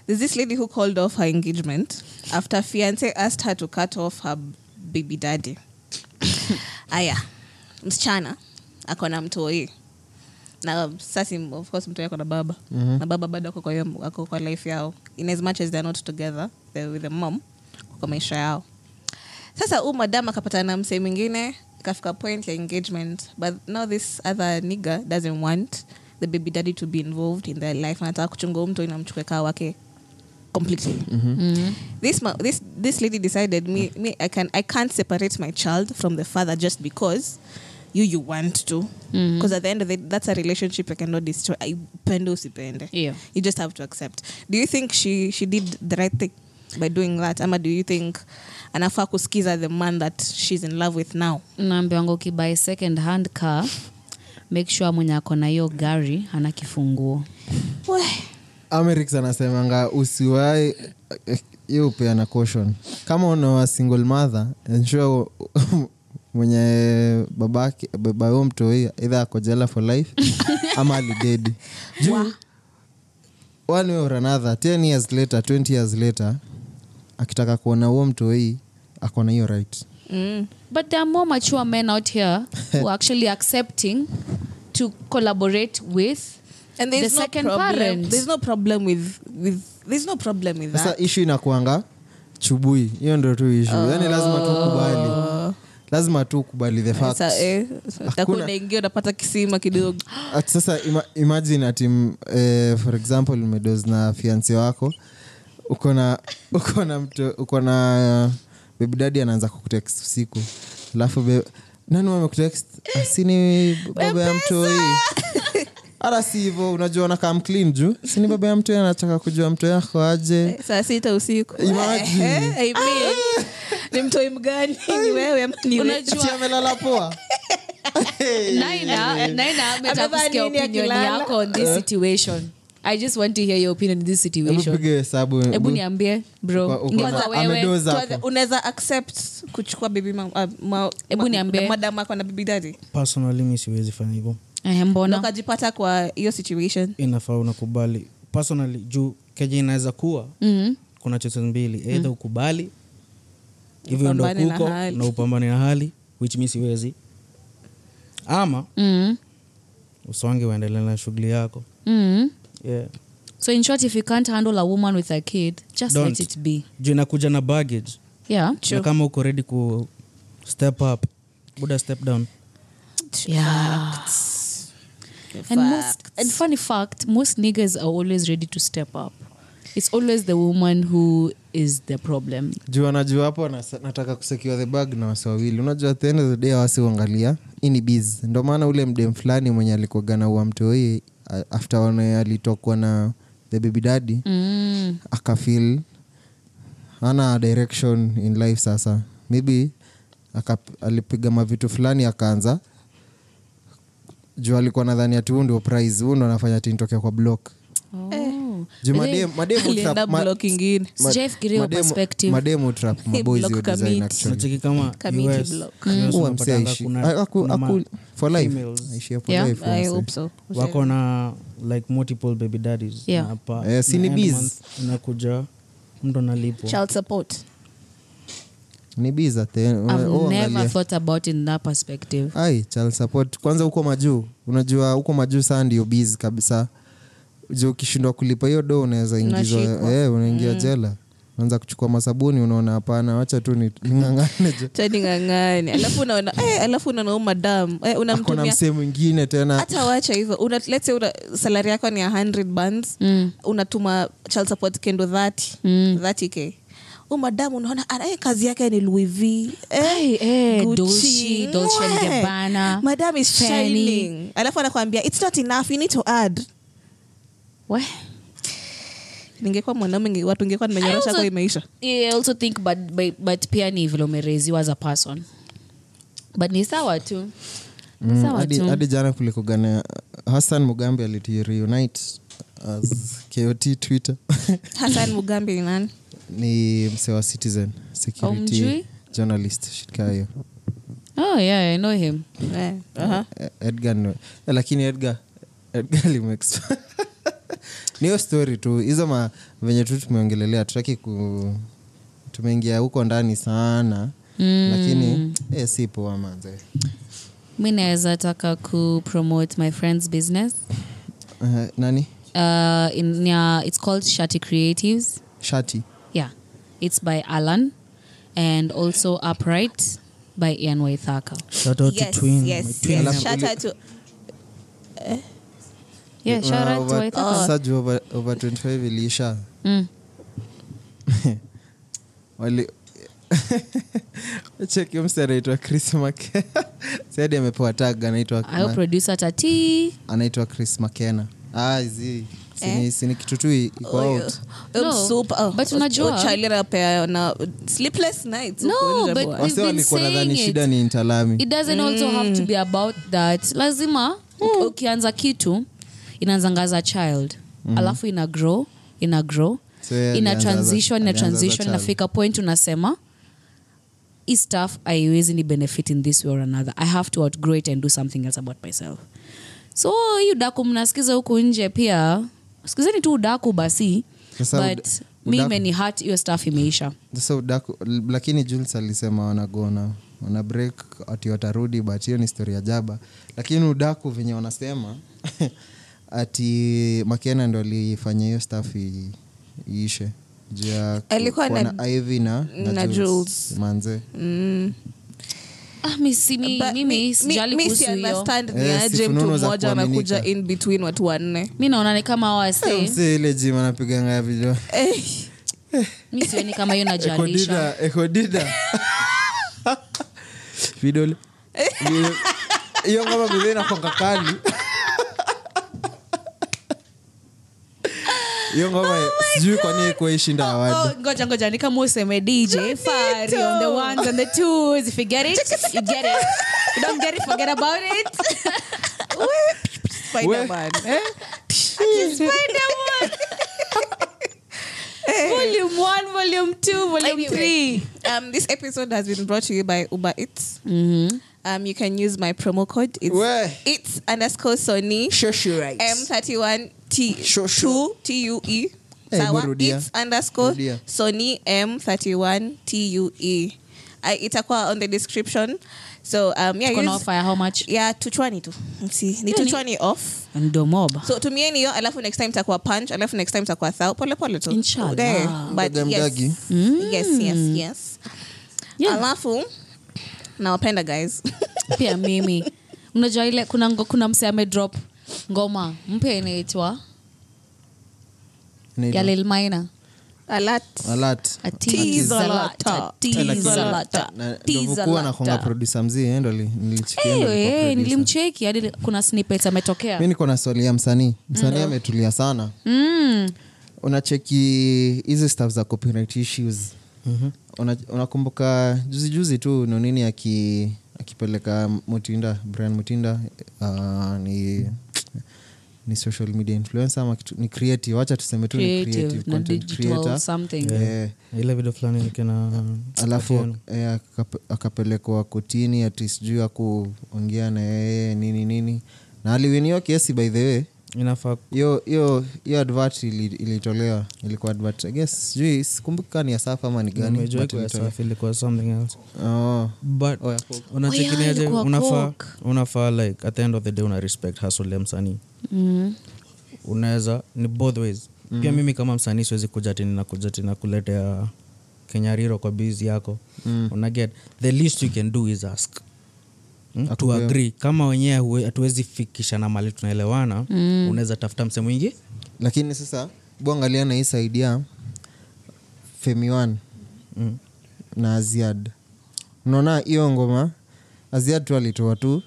E: There's this lady who called off her engagement after fiance asked her to cut off her baby daddy. Aya, msichana akona mtoi na sasi of course mtoi akona baba mm-hmm. na baba bado ako kwa hiyo- ako kwa life yao in as much as they're not together they're with the mom kwa maisha yao sasa huu madam akapatana na msee mwingine kafika point ya engagement but now this other nigger doesn't want the baby daddy to be involved in their life anataka kuchunga umto inamchukue kaa wake completely
C: Mm-hmm.
E: this, ma- this, this lady decided me, me I, can, i can't separate my child from the father just because you you want to
C: Mm-hmm.
E: because at the end of the that's a relationship i cannot destroy I- upende usipende
C: Yeah.
E: you just have to accept do you think she she did the right thing by doing that ama do you think anafaa kusikiza the man that she's in love with now
C: naambiwanga ukibuy second hand car make sure mwenye ako na hiyo gari ana kifunguo
E: We,
B: amerix anasemanga eh, usiwai hiyo pia na caution kama unawa single mother ensure mwenye babake baba huyo mtoi idha ako jela for life ama alidedi juu one way or another 10 years later 20 years later akitaka kuona huo mtoi akona hiyo right
E: Mm.
C: but there are more mature men out here who are actually accepting to collaborate with
E: and
C: the
E: there's no
C: second
E: problem
C: parent
E: there's no problem with with there's no problem with
B: sasa
E: that
B: ishu inakuanga chubui hiyo ndo tu ishu yani lazima tu kubali lazima tu kubali the fact
E: Sasa, eh, utakuwa
B: Hakuna-
E: unaingia unapata kisima kidogo
B: At sasa ima, imagine ati m- eh, for example umedos na fiance wako uko na uko na mtu uko na baby daddy anaanza kukutext usiku alafu be- nani wamekutext "Ah, si ni baba ya mtoi hata si hivo unajua nakam clean juu sini baba ya mtoi anataka kujua mtoi yako aje
E: saa sita usiku
B: Imagine. Ah.
E: Eh, I mean, ni mtoi mgani ni wewe ama ni wewe?
C: Unajua-
B: Ati amelala poa
C: naina naina ametaka
E: Amevaa
C: kusikia
E: nini
C: opinion
E: akilala?
B: Eh?
C: yako on this situation i just want to hear your opinion in this
B: hebu
C: situation
B: piga hesabu
C: hebu niambie
B: Uko-
C: bro
B: uko
C: Ingeanza
B: na-
C: wewe.
B: amedoza. Zako.
E: Tuanze- unaweza accept kuchukua bibi ma- ah, ma-
C: Ebu
E: ma-
C: niambie.
E: madam ako na bibi dadi
D: personally mi siwezi fanya hivyo
C: Eh, mbona
E: ukajipata kwa hiyo situation
D: inafaa unakubali personally juu keje inaweza kuwa
C: Mhm.
D: kuna chochote mbili eidha ukubali hivyo ndo
E: Mm. Upambane na
D: kuko
E: hali.
D: na upambane na hali which mi siwezi ama
C: Mhm.
D: usonge uendelee na shughuli yako
C: Mhm.
D: yeah.
C: so in short if you can't handle a woman with a kid just
D: Don't.
C: let it be
D: juu inakuja na baggage
C: yeah
D: na kama uko ready ku step up buda step down
C: yeah And most and funny fact, most niggas are always ready to step up. It's always the woman who is the problem.
B: juu anajua hapo nasa- nataka kusekiwa the bag na wasi wawili unajua at the end of the day wasiuangalia ini biz ndo maana ule mdem fulani mwenye alikuaga na uamtoi after one alitokwa na the baby daddy
C: Mm.
B: akafil ana direction in life sasa maybe aka, alipiga mavitu fulani akaanza juu alikuwa nadhani ati huu ndio prize huu ndo anafanya tinitokea kwa block
E: Eh.
C: Oh.
B: Juu
C: I think
B: madem- madem
E: alienda
B: trap- ma-
E: block ingine
B: ma-
C: Sijaifikiria hiyo
B: mademu-
C: perspective.
B: mademu trap maboys
E: Block
B: hiyo design
E: committee.
B: actually
D: nacheki kama
E: Community
D: US,
E: block.
D: US
B: Huwa msee
D: unapatanga
B: aishi-
D: kuna-
B: Mm. a- aku-
D: kuna ma-
B: aku- for life.
D: females.
B: Aishi ya for
C: Yeah.
B: life,
E: I
B: msee.
E: hope so.
D: wako na like multiple baby daddies
C: Yeah.
D: Na hapa-
B: Eh, si ni
D: na
B: biz.
D: end month inakuja mtu analipwa
E: Child support.
B: Ni biz at the end.
C: I've
B: Oh,
C: never
B: angalia.
C: thought about it in that
E: Ah,
C: perspective.
B: Ai, child support kwanza huko majuu unajua huko majuu saa ndio biz kabisa ju ukishindwa kulipa hiyo do unaweza ingizwa
E: Unashikwa. Mm.
B: eh, unaingia jela unaanza kuchukua masabuni unaona hapana wacha tu ni- ning'ang'ane ju-
E: Tani ng'ang'ani. Alafu unaona eh, alafu unaona huyu madam eh,
B: ako na
E: unamtumia
B: msee mwingine tena
E: hata wacha hivyo una, let's say una, salari yako ni 100 bands mm. unatuma child support kendo 30 mm. 30k Huyu madam unaona ana- eh, kazi yake ni Louis V
C: Ai, eh,
E: Gucci.
C: Dolce, Dolce and
E: Mwe.
C: Gabbana,
E: madam is
C: Fanny.
E: shining alafu anakuambia it's not enough you need to add
C: What?
E: ningekuwa mwanaume ninge- watu ingekuwa
C: I
E: nimenyorosha
C: also-
E: kwa imeisha
C: Yeah, I also think but but, but pia ni vile umereziwa as a person. But ni sawa tu. Ni
B: Mm,
C: sawa
B: hadi
C: tu.
B: hadi jana kulikugana hassan mugambe aliti reunite as kot twitter
E: hasan mugambi ni nani
B: ni msee wa citizen security
C: Omjui?
B: journalist shirika hiyo
C: Oh yeah, I know him.
E: eh, aha.
B: Eh, edgar no. Eh, lakini edgar edgar limex ni hiyo story tu hizo ma venye tu tumeongelelea tutaki ku tumeingia huko ndani sana mm. lakini eh, si poa manze
C: Mi naweza taka ku promote my friend's business.
B: uh, nani
C: Uh, in yeah, it's called Shati Creatives.
B: shati
C: Yeah, it's by Alan and also Upright by Ian Waithaka.
D: Shout out to
E: Yes,
D: twin, my
E: yes,
D: twin.
E: yes.
B: Alafu
E: Shout out to
C: Yeah, shout
B: Ah,
C: out to
B: over-
C: Waithaka.
B: surge over, over 25 iliisha
C: Mm.
B: wali chekio msi anaitwa chris Make- Saidi amepewa tag anaitwa
C: I hope producer Tati.
B: anaitwa chris makena ah, zi sini,
C: Eh?
B: sini kitutui iko out
E: Um,
C: No,
E: oh,
C: but unajua-
E: unajua na sleepless nights
C: No,
E: huko nje
C: but We've
E: bwana.
B: wase
C: been
B: walikuwa nadhani
C: saying it.
B: shida ni intalami
C: It doesn't also have to be about that. Lazima
B: Hmm.
C: mm. ukianza kitu inaanzanga as a child. Alafu ina grow, ina grow.
B: Hmm. So yeye
C: ina
B: alianza as a-
C: transition, ina
B: alianza as a
C: transition
B: child.
C: inafika point unasema hii stuff haiwezi ni benefit in this way or another i have to outgrow it and do something else about myself so hii udaku mnasikiza huku nje pia sikizeni tu udaku basi
B: Sasa ud-
C: but mi
B: udaku-
C: imeni hat hiyo stuff imeisha
B: sasa udaku lakini jules alisema wanagona wana break ati watarudi but hiyo ni story ya jaba lakini udaku venye wanasema ati makena ndo alifanya hiyo staff i- iishe juu ya ku-
E: Alikuwa
B: kuwa
E: na-
B: na iv na,
E: na Jules.
B: manze
E: Mm.
C: ah, mi si- mi-
E: But
C: mimi
E: mi-
C: sijali
E: mi- mi
C: kuhusu hiyo
E: si-understand ni
B: Eh,
E: aje
B: si
E: mtu
B: fununo za
E: mmoja anakuja
B: kuaminika.
E: in between watu wanne
C: mi naona ni kama
B: Eh,
C: wase
B: msee ile jim anapiganga ya video
E: Eh,
C: mi sioni kama hiyo najalisha
B: ekodida ekodida vidole Vidole. hiyo ngoma vidole inakwanga kali hiyo ngoma sijui kwani kuishinda awadi
C: Oh, ngoja ngoja ni kama useme dj fari on the ones and the twos if you get it you get it If you don't get it forget about it
E: Spider-Man, eh? Spider-Man.
C: volume one, volume two, volume
E: Anyway, um, this episode has been brought to you by Uber Eats.
C: Mm-hmm.
E: Um, you can use my promo code. It's
B: Where?
E: It's underscore Sony
D: Shoshu rights.
E: M thirty one T
B: Sure,
E: two T U E.
B: Hey,
E: Sawa.
B: Burudia.
E: It's underscore
B: Burudia.
E: Sony M thirty one T U E. I itakuwa on the description. So um, yeah,
C: three. Kuna
E: use-
C: offer ya how much?
E: yeah, tuchwani tu. See, ni
C: Yeah, ni-
E: tuchwani off.
C: Ndo mob.
E: so tumieni hiyo alafu next time takuwa punch alafu next time takuwa thao polepole tu
C: Inshallah. Mm.
E: There. But
B: Madam
E: yes. Mm.
B: Gagi.
E: yes yes yes
C: Yeah.
E: alafu nawapenda guys
C: pia mimi unajua ile kuna, ngo- kuna mse amedrop ngoma mpya inaitwa ya
B: Inaitwa-
C: lilmaina
E: alat
B: Alert.
C: A
E: Tease a lot.
C: teaser.
E: Teaser
B: Lakini-
E: a lot.
B: na-
C: Teaser eh,
B: ndovokuwa
C: a lot.
B: nakonga produsa mzii endo li- nilichikia ndo
C: Hey,
B: alikuwa
C: hey,
B: producer.
C: nilimcheki hadi kuna snippets
B: mi
C: ametokea
B: niko na swali ya msanii msanii ametulia sana
C: mm.
B: unacheki hizi staff za copyright issues
C: Mhm.
B: Una- unakumbuka juzi juzi tu nonini aki akipeleka mutinda brian mutinda uh, ni ni social media influencer ama kitu, ni creative wacha tuseme tu ni
C: Creative
B: creative
C: na
B: content
C: digital
B: creator
C: something.
B: Eh,
D: ile video fulani nikina
B: alafu eh, akape- akapelekwa kotini ati sijui akuongea na yeye nini nini na aliwiniwa kesi by the way
D: inafaa
B: hiyo hiyo hiyo advert ili- ilitolewa ilikuwa advert I guess sijui sikumbuki kaa ni ya safa ama ni gani
D: nimejoa
B: but
D: kwa
B: ilitolewa.
D: safi ilikuwa something else
B: Oh.
D: but
B: Oh, ya Coke.
C: Oh, yeah,
D: unachekineaje
C: ilikuwa
D: unafaa
C: Coke.
D: unafaa like at the end of the day una respect hustle ya msanii
C: Mm.
D: unaweza ni both ways mm. pia mimi kama msanii siwezi kuja tini na kuja tini na kuletea kenyariro kwa bs yako mm. unaget the least you can do is ask Mm, to agree kama wenyewe huwe- hatuwezi fikisha na mali tunaelewana mm. unaweza tafuta mse mwingi
B: lakini sasa buangalia na hii saidia femi one
D: mm.
B: na aziad unaona hiyo ngoma aziad tu alitoa tu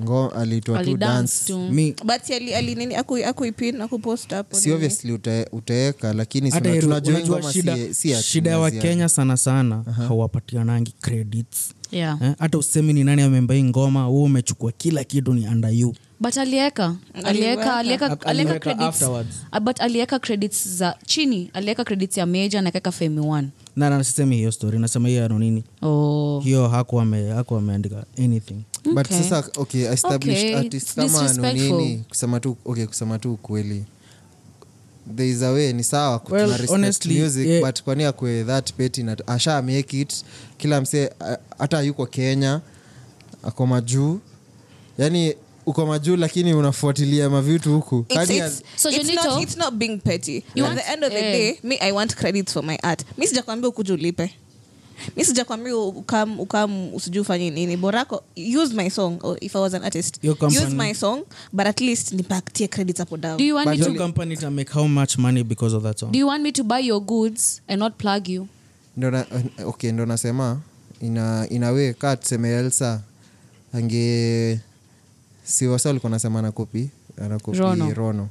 B: ngo alitoa tu
C: Alidance
B: dance
C: tu.
D: mi
E: but ali, ali nini aku akuipin akupost hapo
B: si
E: nini.
B: obviously utae- utaeka lakini si
D: hata
B: una-
D: Heru,
B: tunajua hii
D: unajua
B: ngoma
D: shida,
B: si- si yaani. ya-
D: shida ya
B: ni Aziad.
D: wakenya sana sana hawapatianangi credits
C: yeah.
D: Eh, hata usemi ni nani amemba hii ngoma huu umechukua kila kitu ni under you
C: but alieka alieka alieka
D: Aliweka
C: alieka credits
D: afterwards.
C: Ah, but alieka credits za chini alieka credits ya meja na akaeka femi one
D: na na sisemi hiyo story nasema hiyo anonini
C: oh.
D: hiyo haku ame- haku ameandika anything
B: but
C: Okay.
B: sasa okay established
C: Okay,
B: artist
C: it's
B: kama
C: disrespectful.
B: nonini kusema tu okay kusema tu ukweli there is a way ni sawa ku-
D: Well,
B: tuna respect
D: honestly,
B: music
D: yeah.
B: but kwani akwe that petty na asha make it kila msee a- hata yuko kenya ako majuu yani uko majuu lakini unafuatilia mavitu huku
E: It's,
B: Hadi
E: it's,
B: ya-
C: So,
E: it's,
C: Janito-
E: not, it's not being petty.
C: You
E: At
C: want-
E: the end of the
C: eh.
E: day, me I want credits for my art. Mi sijakwambia ukuja ulipe. Mi sijakwambia ukam ukam usijui ufanye nini. Borako use my song or if I was an artist.
D: Your company-
E: Use my song but at least nipatie credits hapo down.
C: do you want
D: But
C: me
D: your
C: to
D: company to make how much money because of that song?
C: do you want me to buy your goods and not plug you
B: ndo na- okay ndo nasema ina inawe kaa tuseme elsa ange si wasa alikuwa nasema anakopi anakopi
C: Rono.
B: rono,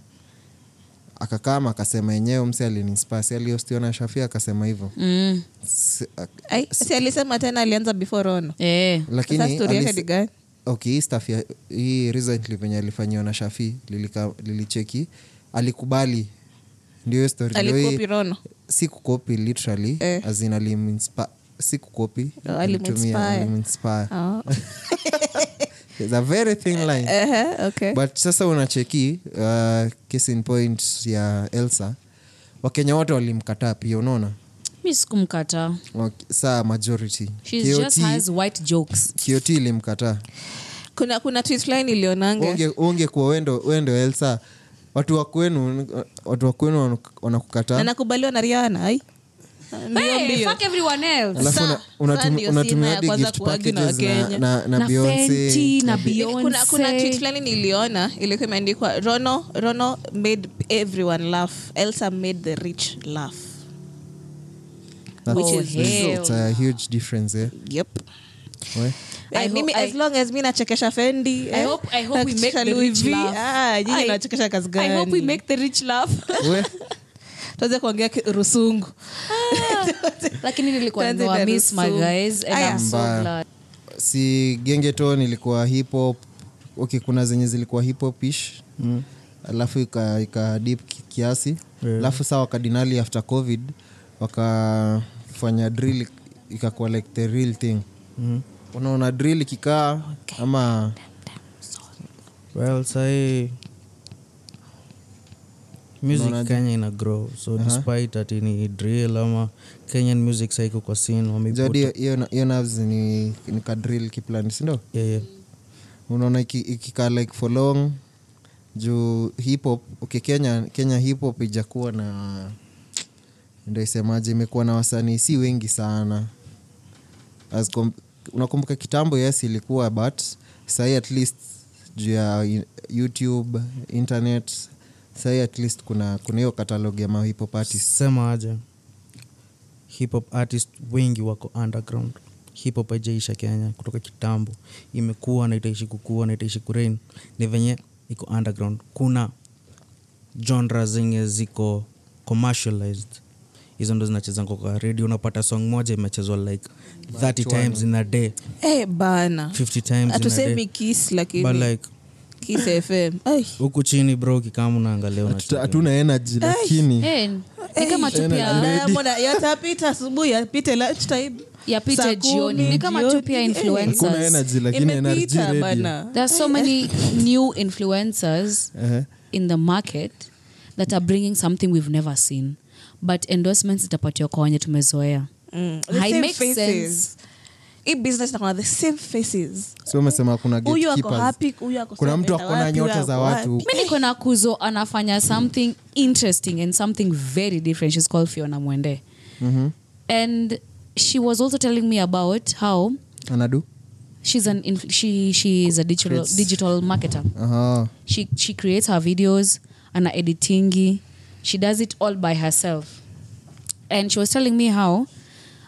B: akakama akasema enyewe mse alinispas aliostiona shafia akasema hivyo
C: mm.
B: Si- ak-
E: Ai, si alisema tena alianza before Rono.
C: eh.
B: lakini
E: Sasa story yake
B: alise-
E: ni gani?
B: okay hii staff ya hii recently venye alifanyiwa na shafi lilika- lilicheki alikubali ndio hiyo story ndio hii-
E: Alikopi Rono.
B: si kukopi literally
E: Eh.
B: as in aliminspire si kukopi
E: Oh,
B: alitumia,
E: aliminspire.
B: aliminspire.
E: Oh.
B: It's a very thin line
C: Eh,
E: Uh-huh, okay.
B: but sasa unacheki uh, case in point ya elsa wakenya wote walimkataa pia unaona
C: mi sikumkataa
B: Wak- saa majority
C: she
B: KOT
C: just has white jokes
B: KOT ilimkataa
E: kuna kuna tweet line ilionanga
B: Unge- ungekuwa wendo wendo elsa watu wakwenu watu wakwenu wan-
E: na
B: wanakukataa
E: nakubaliwa na Rihanna. Ai. Ndio
C: hey,
E: ndio.
C: fuck everyone else
B: alafu
E: Saa-
B: una-
E: saa
B: unatum-
E: ndio sina
B: unatumia
E: ya
B: hadi
E: kwanza
B: gift
E: kuagi na
B: packages na-
E: Wakenya.
B: na- na
C: na
B: Beyonce
C: Fenty na
E: kuna, kuna tweet
C: Beyonce
E: fulani niliona ilikuwa imeandikwa rono rono made everyone laugh elsa made the rich laugh
B: That-
C: Which
B: it's-
C: is
E: Oh,
C: hell
B: it's a huge difference eh?
E: yep
B: We-
C: I
E: Eh,
C: ho-
E: mimi
C: I-
E: as long as mi nachekesha fendi eh,
C: I hope- I hope we make the rich laugh. I-
E: nachekesha ah, kazi
C: I hope we
E: gani
C: make the rich laugh
B: we-
E: tuweze kuongea ki- rusungu
C: lakini nilikuwa
E: Tuanze
C: no, I
E: na
C: miss my
E: Rusu.
C: guys and
E: Aya.
C: I'm so
B: Mbaya.
C: glad
B: si gengeton ilikuwa hip hop okay kuna zenye zilikuwa hip hopish mm. alafu ika, ika dip ki- kiasi
D: Yeah.
B: alafu saa wakadinali after covid wakafanya drill ikakuwa like the real thing
D: Mhm.
B: unaona drill ikikaa ama
D: well sahii music
B: Unaonaje?
D: kenya ina grow so despite ati ni drill ama kenyan music saiko kwa sin
B: jadi hiyo- hiyo na- hiyo navs ni, ni kadrill kiplan sindo unaona iki- ikikaa like for long juu hip hop okay, kenya kenya hip hop ijakuwa na ndo isemaje imekuwa na wasanii si wengi sana As com- unakumbuka kitambo yes ilikuwa but sahii at least juu ya i- youtube internet sahii at least kuna kuna hiyo katalog ya mahipo artists
D: sema aje hip hop artist wengi wako underground hip hop haijaisha kenya kutoka kitambo imekuwa na itaishi kukua na itaishi kurain ni venye iko underground kuna genre zenye ziko commercialized hizo ndo zinachezanga kwa radio unapata song moja imechezwa like 30 times in a day
E: Eh, bana
D: 50 times
E: hatusemi
D: in
E: kis
D: a day but
E: lakini
D: like
E: kis fm Ai,
D: huku chini bro kikama unaangalia
B: Hatuta-
D: unacheka.
B: hatuna energy lakini
C: Eh, ni kama tu
E: eh,
C: pia
E: Diamond yatapita asubuhi yapite lunchtime saa
C: yapite jioni
E: kumi
C: ni kama tu
E: jioni.
C: pia
E: Eh,
B: hakuna
C: influencers
B: energy lakini energy
E: imepita
B: radio
E: bana
C: there are so many new influencers
B: Ehe.
C: in the market that are bringing something we've never seen but endorsements zitapatiwa kwa wenye tumezoea
E: Mm, the
C: Hai
E: same
C: make
E: faces.
C: sense.
E: Hii business inakuwa the same faces
B: so umesema kuna
E: huyu ako
B: gatekeepers.
E: hapi huyu ako
B: kuna
E: sasa
B: mtu
E: ameenda
B: akona
E: wapi, huyu
B: nyota za
E: ako
B: watu
E: wapi.
C: mi niko na kuzo anafanya something interesting and something very different she's called fiona mwende
B: Mhm.
C: and she was also telling me about how
B: anadu
C: she's an inf- she she is a digital
B: Creates-
C: digital marketer
B: Aha.
C: she she creates her videos ana editingi she does it all by herself and she was telling me how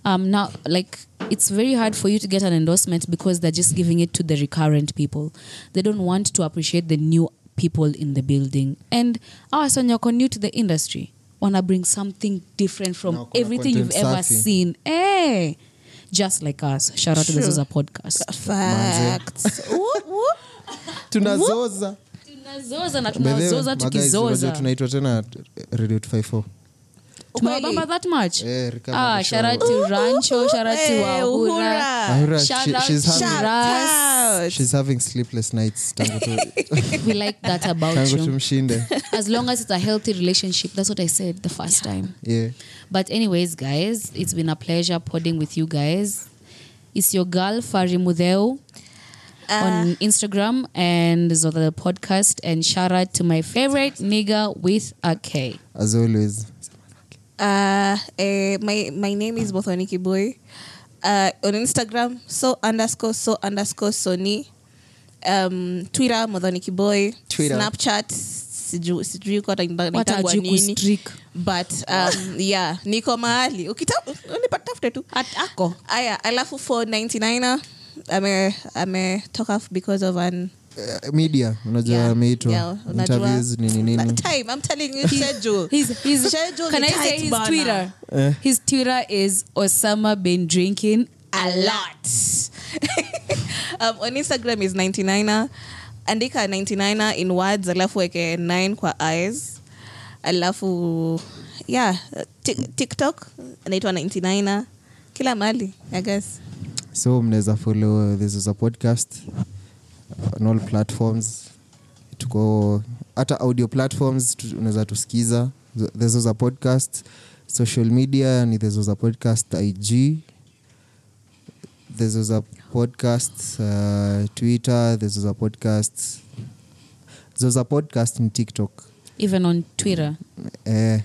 C: um, now like it's very hard for you to get an endorsement because they're just giving it to the recurrent people they don't want to appreciate the new people in the building and our son are new to the industry wanna bring something different from
B: Na kuna
C: everything you've
B: content
C: ever
B: safi.
C: seen hey just like us shout out to the
E: Sure.
C: Zoza podcast
E: Facts. Whoop, whoop.
B: tunazoza
C: tunazoza na
B: By the way,
C: tunazoza
B: magazi,
C: tukizoza
B: unajua tunaitwa tena radio 254
C: tumewabamba that much
B: Eh, Rika
C: ah,
B: Mabusha.
C: sharati rancho sharati
E: Eh,
C: wahura
E: Uhura.
B: Ahura,
C: Shout
B: she-
C: out
B: she's
C: to
B: having-
C: Ras.
B: she's having sleepless nights tangu tu-
C: we like that about
B: tangu
C: you
B: tumshinde
C: as long as it's a healthy relationship that's what i said the first time
B: Yeah.
C: but anyways guys it's been a pleasure podding with you guys it's your girl fari mudeu
E: Uh,
C: on instagram and zotha the podcast and shout out to my favorite nigger with a k
B: as always
E: Uh, eh, my my name is Bothoniki Boy. Uh, on Instagram, so underscore so underscore Sony. Um, Twitter, Modhoniki Boy.
B: Twitter.
E: Snapchat, siju- sijui kwa naita-
C: What
E: naitangwa
C: hajui
E: nini.
C: kustreak.
E: But um, yeah, niko mahali. Ukita- unipatafute tu.
C: at ako
E: Aya, alafu for 99er, ame ametoka because of an
B: Eh, media unajua
E: Yeah,
B: ameitwa
E: yeah, unajua.
B: interviews nini
E: Like,
B: nini
E: time. I'm telling you, schedule.
C: His, his,
E: Schedule
C: can I
E: ni
C: say
E: tight
C: his
E: bana.
C: Twitter?
B: Eh?
C: His Twitter is Osama been drinking
E: a lot. um, on Instagram is 99er. Andika 99er in words, alafu weke 9 kwa eyes. Alafu yeah, uh, Tik- TikTok anaitwa 99er. Kila mali, I guess.
B: so mnaweza follow this is a podcast uh, on all platforms tuko hata audio platforms tu- unaweza tusikiza this is a podcast social media ni this is a podcast ig this is a podcast uh, twitter this is a podcast this is a podcast ni tiktok
C: even on Twitter.
B: eh,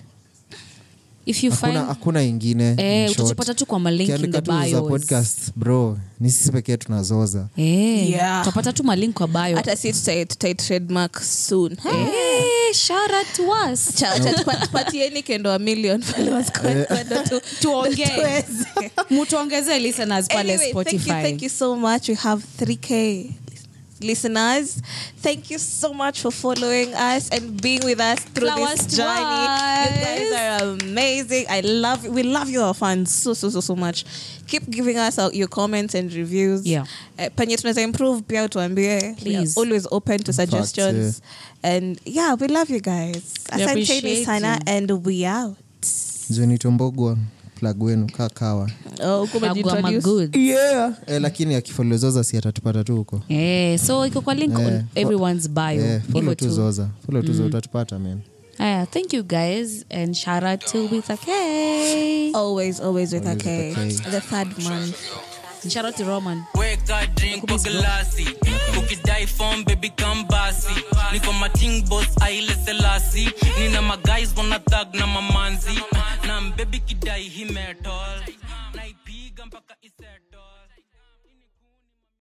C: If you
B: hakuna,
C: find
B: hakuna ingine in
C: eh,
B: short.
C: utatupata tu kwa malink in
B: Ukiandika
C: the
B: tu This Is a
C: bios.
B: podcast bro ni sisi pekee tunazoza
C: Eh,
E: Yeah.
C: Utapata tu malink kwa bio.
E: Hata si tutai tutai trademark soon.
C: Eh, shout out to us.
E: Cha- cha- tupa- tupatieni kendo wa million followers kwanza ndo tu-
C: Tuongee.
E: ndo tuweze.
C: Mutuongezee listeners pale
E: Anyway,
C: Spotify.
E: Thank you, thank you so much. We have 3K listeners. listeners. Thank you so much for following us and being with us through
C: Flowers
E: this
C: to
E: journey. You
C: us.
E: guys are amazing. I love we love you, our fans, so so so so much. Keep giving us our, your comments and reviews.
C: Yeah.
E: Uh, penye tunaweza improve pia utuambie. We are
C: Please.
E: always open to suggestions. And yeah, we love you guys.
C: We
E: Asanteni
C: appreciate
E: sana
C: you.
E: and we out.
B: joni tombogwa plag wenu kaa kawa
E: Oh, huku
C: Kagwa
E: umejiintroduce.
C: Magoods.
B: yeah. eh, lakini akifolio zoza si atatupata tu huko
C: Eh, so iko kwa link
B: Eh,
C: on everyone's bio
B: eh,
C: Hivyo
B: follow tu
C: tu.
B: zoza follow tu zoza utatupata man
C: Aya, Eh, thank you guys and shout out to with a K.
E: Always, always with a
B: Always
E: K.
B: with a K.
E: The third man.
C: Shout out to Roman.
F: weka drink kwa glasi ukidai form baby come basi niko mating boss aile selasi nina maguys wana thug na mamanzi na mbebi kidai him at all naipiga mpaka isettle